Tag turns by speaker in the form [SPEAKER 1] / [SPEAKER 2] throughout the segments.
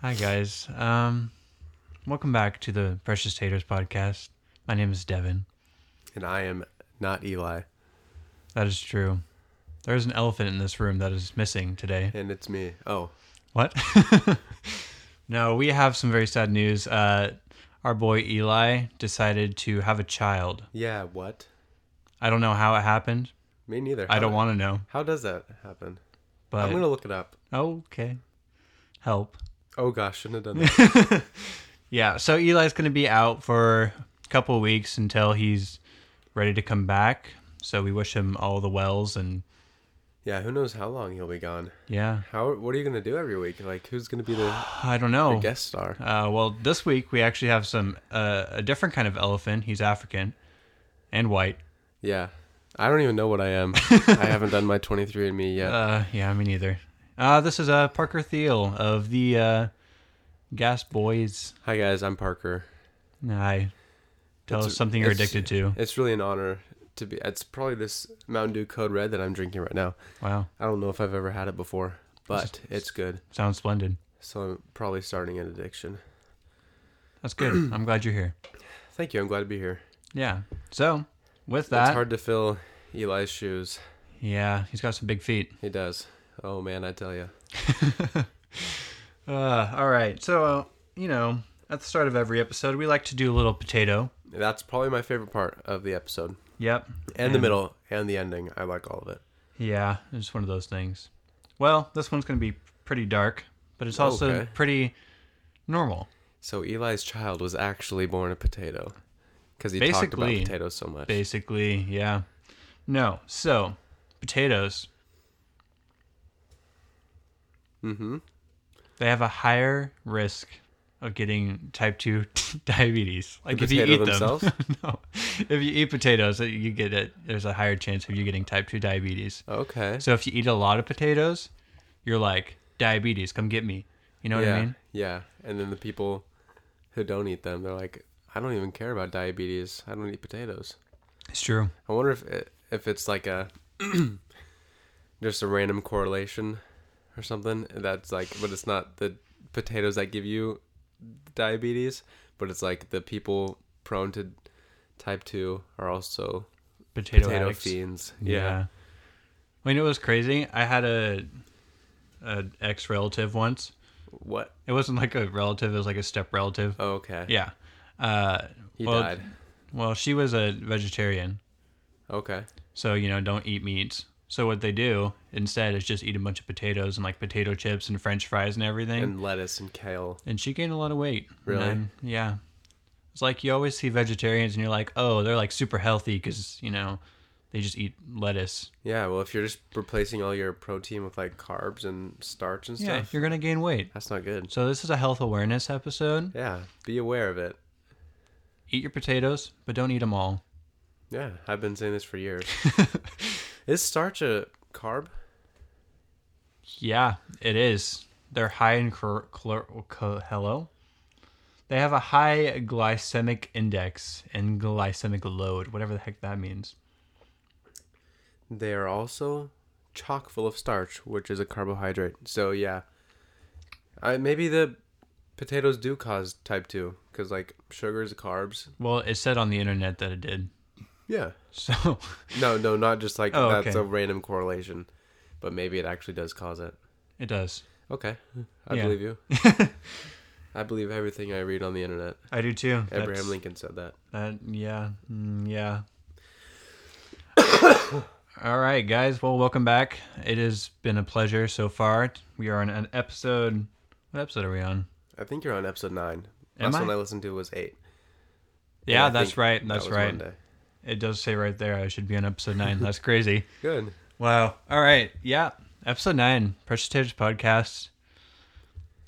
[SPEAKER 1] Hi guys. Um, welcome back to the Precious Taters podcast. My name is Devin.
[SPEAKER 2] And I am not Eli,
[SPEAKER 1] That is true. There is an elephant in this room that is missing today.
[SPEAKER 2] and it's me. Oh,
[SPEAKER 1] What? no, we have some very sad news. Uh, our boy Eli decided to have a child.
[SPEAKER 2] yeah, what?
[SPEAKER 1] I don't know how it happened.
[SPEAKER 2] Me neither.
[SPEAKER 1] I
[SPEAKER 2] How-
[SPEAKER 1] don't want to know.
[SPEAKER 2] How does that happen?
[SPEAKER 1] But
[SPEAKER 2] I'm going to look it up.
[SPEAKER 1] okay, help.
[SPEAKER 2] Oh gosh, shouldn't have done that.
[SPEAKER 1] Yeah, so Eli's going to be out for a couple of weeks until he's ready to come back. So we wish him all the wells and
[SPEAKER 2] yeah, who knows how long he'll be gone.
[SPEAKER 1] yeah,
[SPEAKER 2] How what are you going to do every week? Like who's going to be the
[SPEAKER 1] I don't know.
[SPEAKER 2] guest star?
[SPEAKER 1] Uh, well, this week we actually have some uh, a different kind of elephant. He's African and white.
[SPEAKER 2] Yeah. I don't even know what I am. I haven't done my 23andme yet.
[SPEAKER 1] Uh, yeah, me neither. Uh, this is uh, Parker Thiel of the uh, Gas Boys.
[SPEAKER 2] Hi guys, I'm Parker.
[SPEAKER 1] Hi. Tell
[SPEAKER 2] It's-
[SPEAKER 1] us something you're
[SPEAKER 2] it's-
[SPEAKER 1] addicted to.
[SPEAKER 2] It's really an honor to be it's probably this Mountain Dew Code Red that I'm drinking right now.
[SPEAKER 1] Wow,
[SPEAKER 2] I don't know if I've ever had it before, but it's good.
[SPEAKER 1] sounds splendid.
[SPEAKER 2] So I'm probably starting an addiction.
[SPEAKER 1] That's good. I'm glad you're here.
[SPEAKER 2] Thank you. I'm glad to be here.
[SPEAKER 1] Yeah. So with
[SPEAKER 2] It's
[SPEAKER 1] that,
[SPEAKER 2] hard to fill Eli's shoes.
[SPEAKER 1] yeah, he's got some big feet.
[SPEAKER 2] He does. Oh man, I tell you.
[SPEAKER 1] Uh, all right. So uh, you know, at the start of every episode, we like to do a little potato.
[SPEAKER 2] That's probably my favorite part of the episode.
[SPEAKER 1] Yep.
[SPEAKER 2] And, the middle and the ending. I like all of it.
[SPEAKER 1] Yeah, it's one of those things. Well, this one's going to be pretty dark, but it's also
[SPEAKER 2] Okay.
[SPEAKER 1] pretty normal,
[SPEAKER 2] So Eli's child was actually born a potato cuz he talked about
[SPEAKER 1] Basically.
[SPEAKER 2] potatoes so much.
[SPEAKER 1] basically. Yeah. No, so potatoes.
[SPEAKER 2] Mhm.
[SPEAKER 1] They have a higher risk of getting type two diabetes. Like if you
[SPEAKER 2] potato
[SPEAKER 1] eat
[SPEAKER 2] themselves?
[SPEAKER 1] them, no. If you eat potatoes, you get it. There's a higher chance of you getting type two diabetes.
[SPEAKER 2] Okay.
[SPEAKER 1] So if you eat a lot of potatoes, you're like diabetes. Come get me. You know what
[SPEAKER 2] yeah.
[SPEAKER 1] I mean?
[SPEAKER 2] Yeah. And then the people who don't eat them, they're like, I don't even care about diabetes. I don't eat potatoes.
[SPEAKER 1] It's true.
[SPEAKER 2] I wonder if it, if it's like a just a random correlation or something that's like, but it's not the potatoes that give you diabetes, but it's like the people prone to type two are also
[SPEAKER 1] Potato,
[SPEAKER 2] potato
[SPEAKER 1] addicts.
[SPEAKER 2] fiends.
[SPEAKER 1] Yeah.
[SPEAKER 2] Yeah.
[SPEAKER 1] Well, you know it was crazy? I had a an ex relative once.
[SPEAKER 2] What?
[SPEAKER 1] It wasn't like a relative, it was like a step relative.
[SPEAKER 2] Oh, okay.
[SPEAKER 1] Yeah. Uh
[SPEAKER 2] He
[SPEAKER 1] well,
[SPEAKER 2] died.
[SPEAKER 1] Well, she was a vegetarian.
[SPEAKER 2] Okay.
[SPEAKER 1] So, you know, don't eat meats. So what they do instead is just eat a bunch of potatoes and like potato chips and french fries and everything. And,
[SPEAKER 2] And lettuce and kale.
[SPEAKER 1] she gained a lot of weight.
[SPEAKER 2] Really?
[SPEAKER 1] And, yeah. It's like you always see vegetarians and you're like, "Oh, they're like super healthy cuz, you know, they just eat lettuce."
[SPEAKER 2] Yeah. Well, if you're just replacing all your protein with like carbs and starch and
[SPEAKER 1] Yeah,
[SPEAKER 2] stuff,
[SPEAKER 1] you're going to gain weight.
[SPEAKER 2] that's not good.
[SPEAKER 1] So this is a health awareness episode.
[SPEAKER 2] Yeah. Be aware of it.
[SPEAKER 1] Eat your potatoes, but don't eat them all.
[SPEAKER 2] Yeah, I've been saying this for years. Is starch a carb?
[SPEAKER 1] Yeah, it is. They're high in cl- cl- cl- hello. They have a high glycemic index and glycemic load, whatever the heck that means.
[SPEAKER 2] They are also chock full of starch, which is a carbohydrate. So yeah, I, maybe the potatoes do cause type two because like sugars, carbs.
[SPEAKER 1] Well, it said on the internet that it did.
[SPEAKER 2] Yeah.
[SPEAKER 1] So,
[SPEAKER 2] No, no, not just like
[SPEAKER 1] Oh,
[SPEAKER 2] that's
[SPEAKER 1] okay.
[SPEAKER 2] a random correlation, but maybe it actually does cause it.
[SPEAKER 1] it does.
[SPEAKER 2] Okay, I
[SPEAKER 1] Yeah.
[SPEAKER 2] believe you. I believe everything I read on the internet.
[SPEAKER 1] I do too.
[SPEAKER 2] Abraham
[SPEAKER 1] That's-
[SPEAKER 2] Lincoln said that.
[SPEAKER 1] That yeah, mm, yeah. All right, guys. Well, welcome back. It has been a pleasure so far. We are on an episode. What episode are we on?
[SPEAKER 2] I think you're on episode nine.
[SPEAKER 1] Am
[SPEAKER 2] Last
[SPEAKER 1] I?
[SPEAKER 2] one I listened to was eight.
[SPEAKER 1] Yeah,
[SPEAKER 2] And I
[SPEAKER 1] that's
[SPEAKER 2] think
[SPEAKER 1] right.
[SPEAKER 2] that
[SPEAKER 1] That's
[SPEAKER 2] was
[SPEAKER 1] right.
[SPEAKER 2] Monday.
[SPEAKER 1] It does say right there I should be on episode nine. That's crazy.
[SPEAKER 2] Good.
[SPEAKER 1] Wow. All right. Yeah. Episode nine, Precious Taters podcast.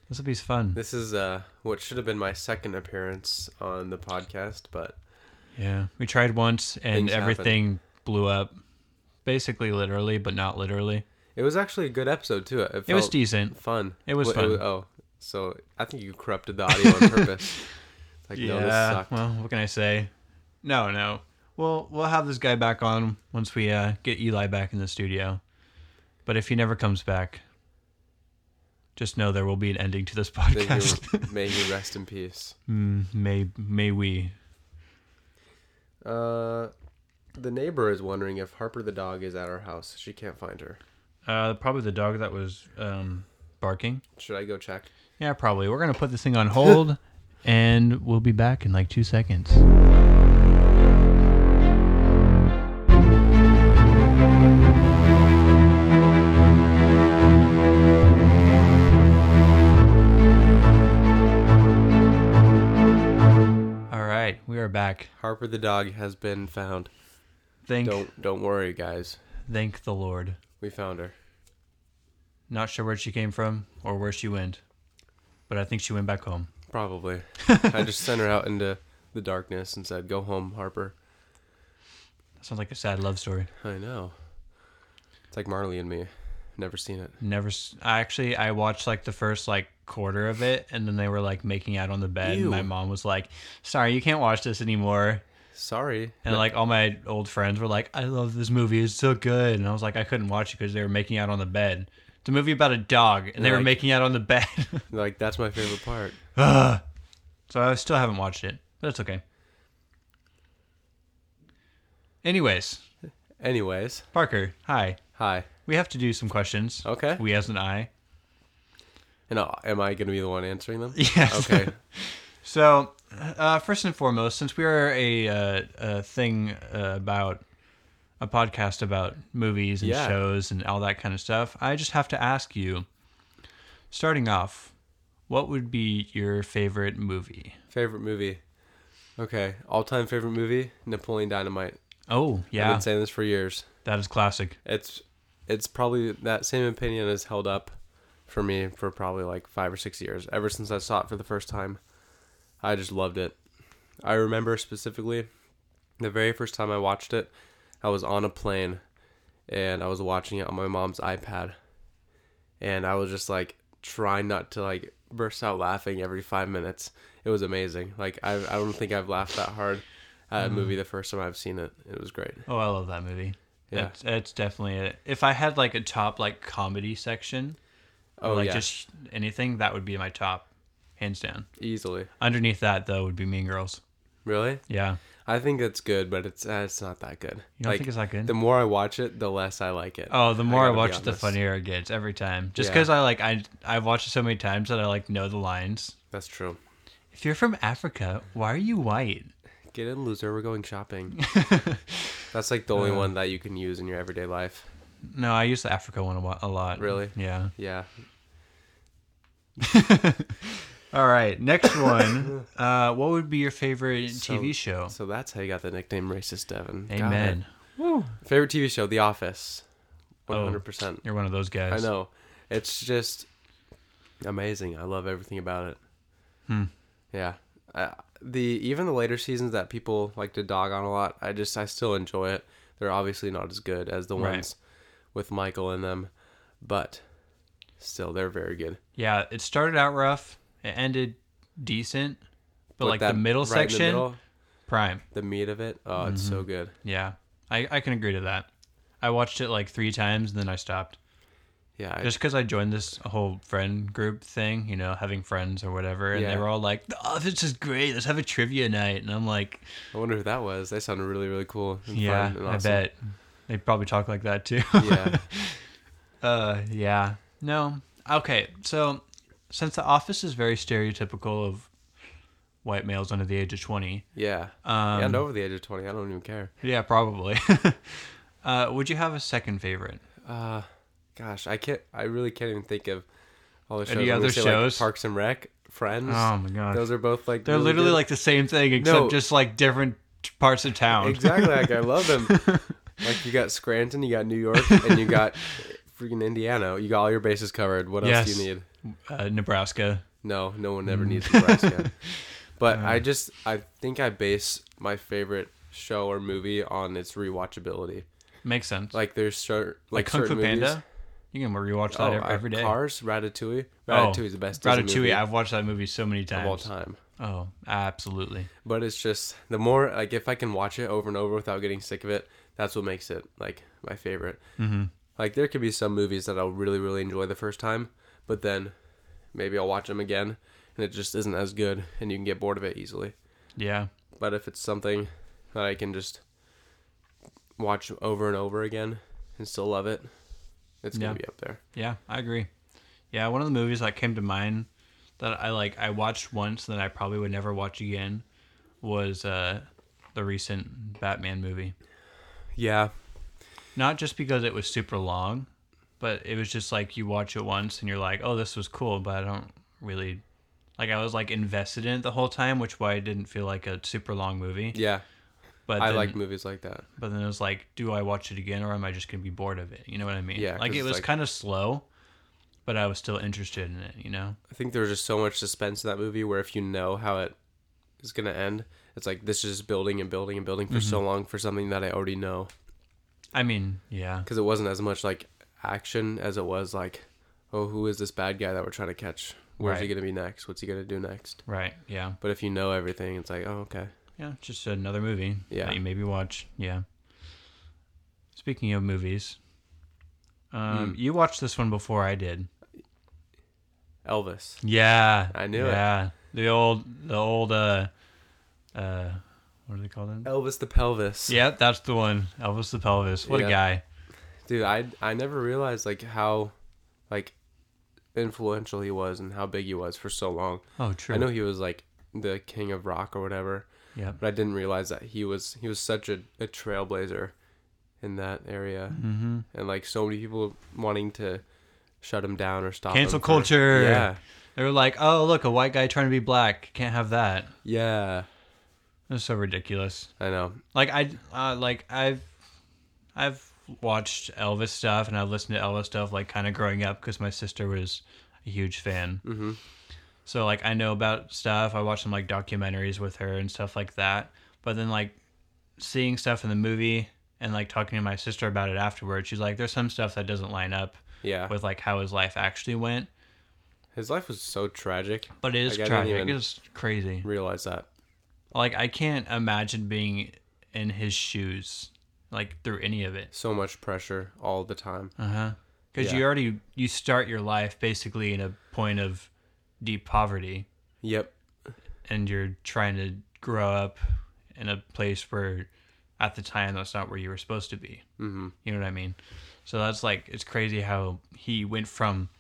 [SPEAKER 1] This will be fun.
[SPEAKER 2] This is uh, what should have been my second appearance on the podcast, but
[SPEAKER 1] Yeah. We tried once and
[SPEAKER 2] Things happen.
[SPEAKER 1] everything blew up. Basically, literally, but not literally.
[SPEAKER 2] it was actually a good episode too. It,
[SPEAKER 1] It was
[SPEAKER 2] felt
[SPEAKER 1] decent.
[SPEAKER 2] fun.
[SPEAKER 1] It was
[SPEAKER 2] Wa-
[SPEAKER 1] fun.
[SPEAKER 2] oh, so I think you corrupted the audio on purpose. It's like, no, this
[SPEAKER 1] Yeah.
[SPEAKER 2] sucked.
[SPEAKER 1] Well, what can I say? No, no. We'll we'll have this guy back on once we uh, get Eli back in the studio. But if he never comes back, Just know there will be an ending to this
[SPEAKER 2] May you,
[SPEAKER 1] podcast.
[SPEAKER 2] may you rest in peace.
[SPEAKER 1] Mm, may may we?
[SPEAKER 2] Uh, the neighbor is wondering if Harper the dog is at our house. She can't find her.
[SPEAKER 1] Uh, probably the dog that was um, barking.
[SPEAKER 2] Should I go check?
[SPEAKER 1] Yeah, probably. We're gonna put this thing on hold, and we'll be back in like two seconds. All right, we are back.
[SPEAKER 2] Harper the dog has been found.
[SPEAKER 1] Thank
[SPEAKER 2] Don't don't worry, guys.
[SPEAKER 1] thank the Lord.
[SPEAKER 2] We found her.
[SPEAKER 1] Not sure where she came from or where she went, but I think she went back home.
[SPEAKER 2] Probably. I just sent her out into the darkness and said, "Go home, Harper."
[SPEAKER 1] That sounds like a sad love story.
[SPEAKER 2] I know. It's like Marley and Me. Never seen it.
[SPEAKER 1] Never. s- I actually I watched like the first like quarter of it, and then they were like making out on the bed,
[SPEAKER 2] Ew.
[SPEAKER 1] and my mom was like, "Sorry, you can't watch this anymore."
[SPEAKER 2] Sorry.
[SPEAKER 1] And like all my old friends were like, "I love this movie. It's so good." And I was like, I couldn't watch it because they were making out on the bed. It's a movie about a dog, and they were
[SPEAKER 2] Like-
[SPEAKER 1] making out on the bed.
[SPEAKER 2] Like that's my favorite part.
[SPEAKER 1] Ugh. so I still haven't watched it, but it's okay. Anyways,
[SPEAKER 2] Anyways,
[SPEAKER 1] Parker, hi.
[SPEAKER 2] hi.
[SPEAKER 1] We have to do some questions.
[SPEAKER 2] Okay.
[SPEAKER 1] We as an I.
[SPEAKER 2] And uh, am I going to be the one answering them?
[SPEAKER 1] Yes.
[SPEAKER 2] Okay.
[SPEAKER 1] So, uh, first and foremost, since we are a, uh, a thing uh, about a podcast about movies and
[SPEAKER 2] Yeah.
[SPEAKER 1] shows and all that kind of stuff, I just have to ask you, starting off, what would be your favorite movie?
[SPEAKER 2] favorite movie. Okay. All-time favorite movie: Napoleon Dynamite.
[SPEAKER 1] Oh,
[SPEAKER 2] I've
[SPEAKER 1] yeah,
[SPEAKER 2] been saying this for years.
[SPEAKER 1] that is classic.
[SPEAKER 2] It's it's probably that same opinion has held up for me for probably like five or six years. Ever since I saw it for the first time, I just loved it. I remember specifically the very first time I watched it, I was on a plane and I was watching it on my mom's iPad. And I was just like trying not to like burst out laughing every five minutes. It was amazing. Like I, I don't think I've laughed that hard at a movie the first time I've seen it. It was great.
[SPEAKER 1] Oh, I love that movie.
[SPEAKER 2] Yeah.
[SPEAKER 1] That's, that's definitely it. If I had like a top like comedy section,
[SPEAKER 2] Oh
[SPEAKER 1] like
[SPEAKER 2] yeah,
[SPEAKER 1] just anything, that would be my top, hands down.
[SPEAKER 2] easily.
[SPEAKER 1] Underneath that though would be Mean Girls.
[SPEAKER 2] Really?
[SPEAKER 1] Yeah,
[SPEAKER 2] I think it's good, but it's uh, it's not that good.
[SPEAKER 1] you don't think it's that good?
[SPEAKER 2] The more I watch it, the less I like it.
[SPEAKER 1] Oh, the more I,
[SPEAKER 2] gotta be
[SPEAKER 1] watch it, the
[SPEAKER 2] honest.
[SPEAKER 1] funnier it gets every time. Just
[SPEAKER 2] Yeah.
[SPEAKER 1] because I like I I've watched it so many times that I like know the lines.
[SPEAKER 2] That's true.
[SPEAKER 1] If you're from Africa, why are you white?
[SPEAKER 2] Get in, loser. We're going shopping. Uh. That's like the only one that you can use in your everyday life.
[SPEAKER 1] No, I use the Africa one a wa- a lot.
[SPEAKER 2] Really?
[SPEAKER 1] Yeah.
[SPEAKER 2] Yeah.
[SPEAKER 1] All right, next one. uh, what would be your favorite
[SPEAKER 2] So-
[SPEAKER 1] TV show?
[SPEAKER 2] So that's how you got the nickname "Racist Devin." Got
[SPEAKER 1] Amen.
[SPEAKER 2] it. Favorite TV show: The Office. One hundred percent.
[SPEAKER 1] You're one of those
[SPEAKER 2] I
[SPEAKER 1] guys.
[SPEAKER 2] know. It's just amazing. I love everything about it.
[SPEAKER 1] Hmm.
[SPEAKER 2] Yeah. I, the even the later seasons that people like to dog on a lot, I just I still enjoy it. They're obviously not as good as the
[SPEAKER 1] Right.
[SPEAKER 2] ones with Michael in them, but still they're very good.
[SPEAKER 1] Yeah, it started out rough. It ended decent, but
[SPEAKER 2] With
[SPEAKER 1] like
[SPEAKER 2] that
[SPEAKER 1] the middle
[SPEAKER 2] right in
[SPEAKER 1] section, Mm-hmm.
[SPEAKER 2] the, middle,
[SPEAKER 1] prime.
[SPEAKER 2] the meat of it. Oh, it's so good.
[SPEAKER 1] Yeah, I I can agree to that. I watched it like three times and then I stopped.
[SPEAKER 2] Yeah. I-
[SPEAKER 1] just because I joined this whole friend group thing, you know, having friends or whatever, and
[SPEAKER 2] Yeah.
[SPEAKER 1] they were all like, "The Office is great. Let's have a trivia night." And I'm like,
[SPEAKER 2] I wonder who that was. They sounded really really cool. and
[SPEAKER 1] "Yeah,
[SPEAKER 2] fun and
[SPEAKER 1] I
[SPEAKER 2] awesome.
[SPEAKER 1] bet they probably talk like that too."
[SPEAKER 2] yeah.
[SPEAKER 1] uh, yeah. No. Okay. So, since The Office is very stereotypical of white males under the age of twenty,
[SPEAKER 2] Yeah.
[SPEAKER 1] um,
[SPEAKER 2] and over the age of 20, I don't even care.
[SPEAKER 1] yeah, probably. uh, would you have a second favorite?
[SPEAKER 2] Uh, gosh, I can't. I really can't even think of all the shows.
[SPEAKER 1] Any
[SPEAKER 2] I'm gonna
[SPEAKER 1] other
[SPEAKER 2] say,
[SPEAKER 1] shows?
[SPEAKER 2] Like Parks and Rec, Friends.
[SPEAKER 1] Oh my gosh.
[SPEAKER 2] those are both like
[SPEAKER 1] They're
[SPEAKER 2] really
[SPEAKER 1] literally
[SPEAKER 2] good.
[SPEAKER 1] like the same thing, except
[SPEAKER 2] No.
[SPEAKER 1] just like different t- parts of town.
[SPEAKER 2] exactly like I love them. like you got Scranton, you got New York, and you got freaking Indiana. You got all your bases covered. What else
[SPEAKER 1] Yes. Mm.
[SPEAKER 2] do you need?
[SPEAKER 1] Uh, Nebraska.
[SPEAKER 2] No, no one ever needs Nebraska. but I just I think I base my favorite show or movie on its rewatchability.
[SPEAKER 1] Makes sense.
[SPEAKER 2] Like there's cer- like,
[SPEAKER 1] Kung Fu
[SPEAKER 2] certain movies-
[SPEAKER 1] Panda. You can rewatch
[SPEAKER 2] Oh,
[SPEAKER 1] that ev-
[SPEAKER 2] I-
[SPEAKER 1] every day.
[SPEAKER 2] Cars, Ratatouille.
[SPEAKER 1] Oh,
[SPEAKER 2] Ratatouille's the best. Disney
[SPEAKER 1] Ratatouille.
[SPEAKER 2] movie
[SPEAKER 1] I've watched that movie so many
[SPEAKER 2] of all
[SPEAKER 1] times.
[SPEAKER 2] time.
[SPEAKER 1] Oh, absolutely.
[SPEAKER 2] but it's just the more like if I can watch it over and over without getting sick of it, that's what makes it like my favorite. Mm-hmm. Like there could be some movies that I'll really really enjoy the first time, but then maybe I'll watch them again, and it just isn't as good, and you can get bored of it easily.
[SPEAKER 1] Yeah.
[SPEAKER 2] But if it's something that I can just watch over and over again and still love it, it's gonna
[SPEAKER 1] Yeah.
[SPEAKER 2] be up there.
[SPEAKER 1] Yeah, I agree. Yeah, one of the movies that came to mind that I like I watched once that I probably would never watch again was uh the recent Batman movie.
[SPEAKER 2] Yeah,
[SPEAKER 1] Not just because it was super long, but it was just like you watch it once and you're like, "Oh, this was cool," but I don't really like I was like invested in it the whole time, which why it didn't feel like a super long movie.
[SPEAKER 2] yeah,
[SPEAKER 1] But
[SPEAKER 2] I
[SPEAKER 1] then,
[SPEAKER 2] like movies like that.
[SPEAKER 1] but then it was like, do I watch it again or am I just gonna be bored of it? You know what I mean?
[SPEAKER 2] Yeah,
[SPEAKER 1] Like
[SPEAKER 2] 'cause
[SPEAKER 1] it
[SPEAKER 2] it's
[SPEAKER 1] was
[SPEAKER 2] like-
[SPEAKER 1] kind of slow, but I was still interested in it. You know?
[SPEAKER 2] I think there was just so much suspense in that movie where if you know how it is gonna end, it's like this is building and building and building for
[SPEAKER 1] Mm-hmm.
[SPEAKER 2] so long for something that I already know.
[SPEAKER 1] I mean, yeah,
[SPEAKER 2] because it wasn't as much like action as it was like, oh, who is this bad guy that we're trying to catch? Where's he
[SPEAKER 1] Right.
[SPEAKER 2] gonna be next? What's he gonna do next?
[SPEAKER 1] right, yeah,
[SPEAKER 2] But if you know everything, it's like, oh, okay,
[SPEAKER 1] yeah. it's Just another movie
[SPEAKER 2] Yeah.
[SPEAKER 1] that you maybe watch. Yeah. Speaking of movies,
[SPEAKER 2] Hmm.
[SPEAKER 1] um, you watched this one before I did.
[SPEAKER 2] Elvis.
[SPEAKER 1] Yeah,
[SPEAKER 2] I knew it.
[SPEAKER 1] yeah. the old, the old, uh, uh, what do they call them?
[SPEAKER 2] Elvis the pelvis.
[SPEAKER 1] Yeah, that's the one. Elvis the Pelvis. What
[SPEAKER 2] Yeah.
[SPEAKER 1] a guy.
[SPEAKER 2] dude, I I never realized like how, like, influential he was and how big he was for so long.
[SPEAKER 1] Oh, true.
[SPEAKER 2] I know he was like the king of rock or whatever,
[SPEAKER 1] Yeah.
[SPEAKER 2] but I didn't realize that he was he was such a, a trailblazer in that area, mm-hmm. and like so many people wanting to shut him down or stop. him
[SPEAKER 1] Cancel
[SPEAKER 2] for-
[SPEAKER 1] culture.
[SPEAKER 2] Yeah,
[SPEAKER 1] They were like, oh, look, a white guy trying to be black. Can't have that.
[SPEAKER 2] yeah.
[SPEAKER 1] That's so ridiculous.
[SPEAKER 2] I know.
[SPEAKER 1] Like I, uh, like I've, I've watched Elvis stuff and I listened to Elvis stuff like kind of growing up because my sister was a huge fan. Mm-hmm. So like I know about stuff. I watched some like documentaries with her and stuff like that. But then like seeing stuff in the movie and like talking to my sister about it afterwards, she's like, "There's some stuff that doesn't line up
[SPEAKER 2] Yeah,
[SPEAKER 1] with like how his life actually went."
[SPEAKER 2] his life was so tragic.
[SPEAKER 1] But it is
[SPEAKER 2] Like, I didn't
[SPEAKER 1] tragic.
[SPEAKER 2] even-
[SPEAKER 1] It's crazy.
[SPEAKER 2] Realize that.
[SPEAKER 1] Like I can't imagine being in his shoes, like through any of it.
[SPEAKER 2] So much pressure all the time.
[SPEAKER 1] Uh-huh. Cuz
[SPEAKER 2] Yeah.
[SPEAKER 1] you already you start your life basically in a point of deep poverty
[SPEAKER 2] Yep.
[SPEAKER 1] and you're trying to grow up in a place where at the time that's not where you were supposed to be. Mm-hmm. You know what I mean? So that's like it's crazy how he went from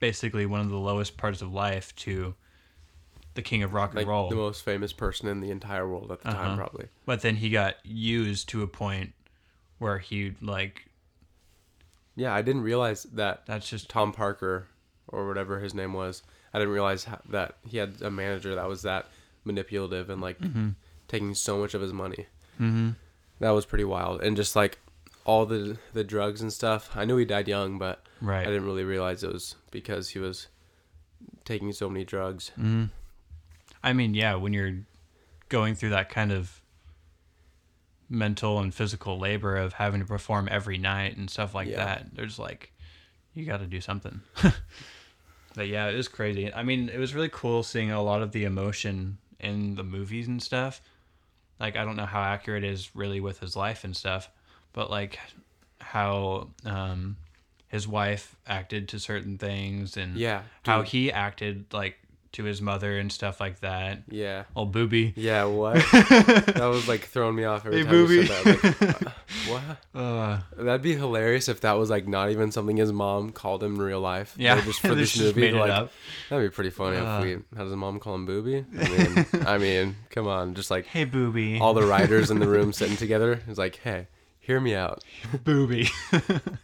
[SPEAKER 1] basically one of the lowest parts of life to the king of rock and
[SPEAKER 2] Like
[SPEAKER 1] roll.
[SPEAKER 2] the most famous person in the entire world at the
[SPEAKER 1] Uh-huh.
[SPEAKER 2] time, probably.
[SPEAKER 1] but then he got used to a point where he like
[SPEAKER 2] Yeah, I didn't realize that
[SPEAKER 1] that's just
[SPEAKER 2] Tom Parker or whatever his name was. I didn't realize ho- that he had a manager that was that manipulative and like
[SPEAKER 1] Mm-hmm.
[SPEAKER 2] taking so much of his money. Mm-hmm. That was pretty wild. And just like all the the drugs and stuff. I knew he died young, but
[SPEAKER 1] Right.
[SPEAKER 2] I didn't really realize it was because he was taking so many drugs.
[SPEAKER 1] Mm. I mean, yeah, when you're going through that kind of mental and physical labor of having to perform every night and stuff like
[SPEAKER 2] Yeah.
[SPEAKER 1] that, there's like, you got to do something. but yeah, it is crazy. I mean, it was really cool seeing a lot of the emotion in the movies and stuff. Like, I don't know how accurate it is really with his life and stuff, but like how um, his wife acted to certain things and
[SPEAKER 2] Yeah,
[SPEAKER 1] how
[SPEAKER 2] dude.
[SPEAKER 1] he acted like to his mother and stuff like that.
[SPEAKER 2] Yeah.
[SPEAKER 1] Oh, booby.
[SPEAKER 2] Yeah, what? that was like throwing me off every
[SPEAKER 1] Hey,
[SPEAKER 2] time you
[SPEAKER 1] boobie.
[SPEAKER 2] said that. Like, uh,
[SPEAKER 1] Uh,
[SPEAKER 2] what? That'd be hilarious if that was like not even something his mom called him in real life.
[SPEAKER 1] Yeah,
[SPEAKER 2] Like, just for
[SPEAKER 1] they
[SPEAKER 2] this
[SPEAKER 1] just
[SPEAKER 2] movie.
[SPEAKER 1] made it
[SPEAKER 2] like,
[SPEAKER 1] up. Uh.
[SPEAKER 2] That'd be pretty funny if we had his mom call him booby. I mean, I mean, come on, just like
[SPEAKER 1] hey, booby.
[SPEAKER 2] all the writers in the room sitting together. It's like, hey, hear me out.
[SPEAKER 1] booby.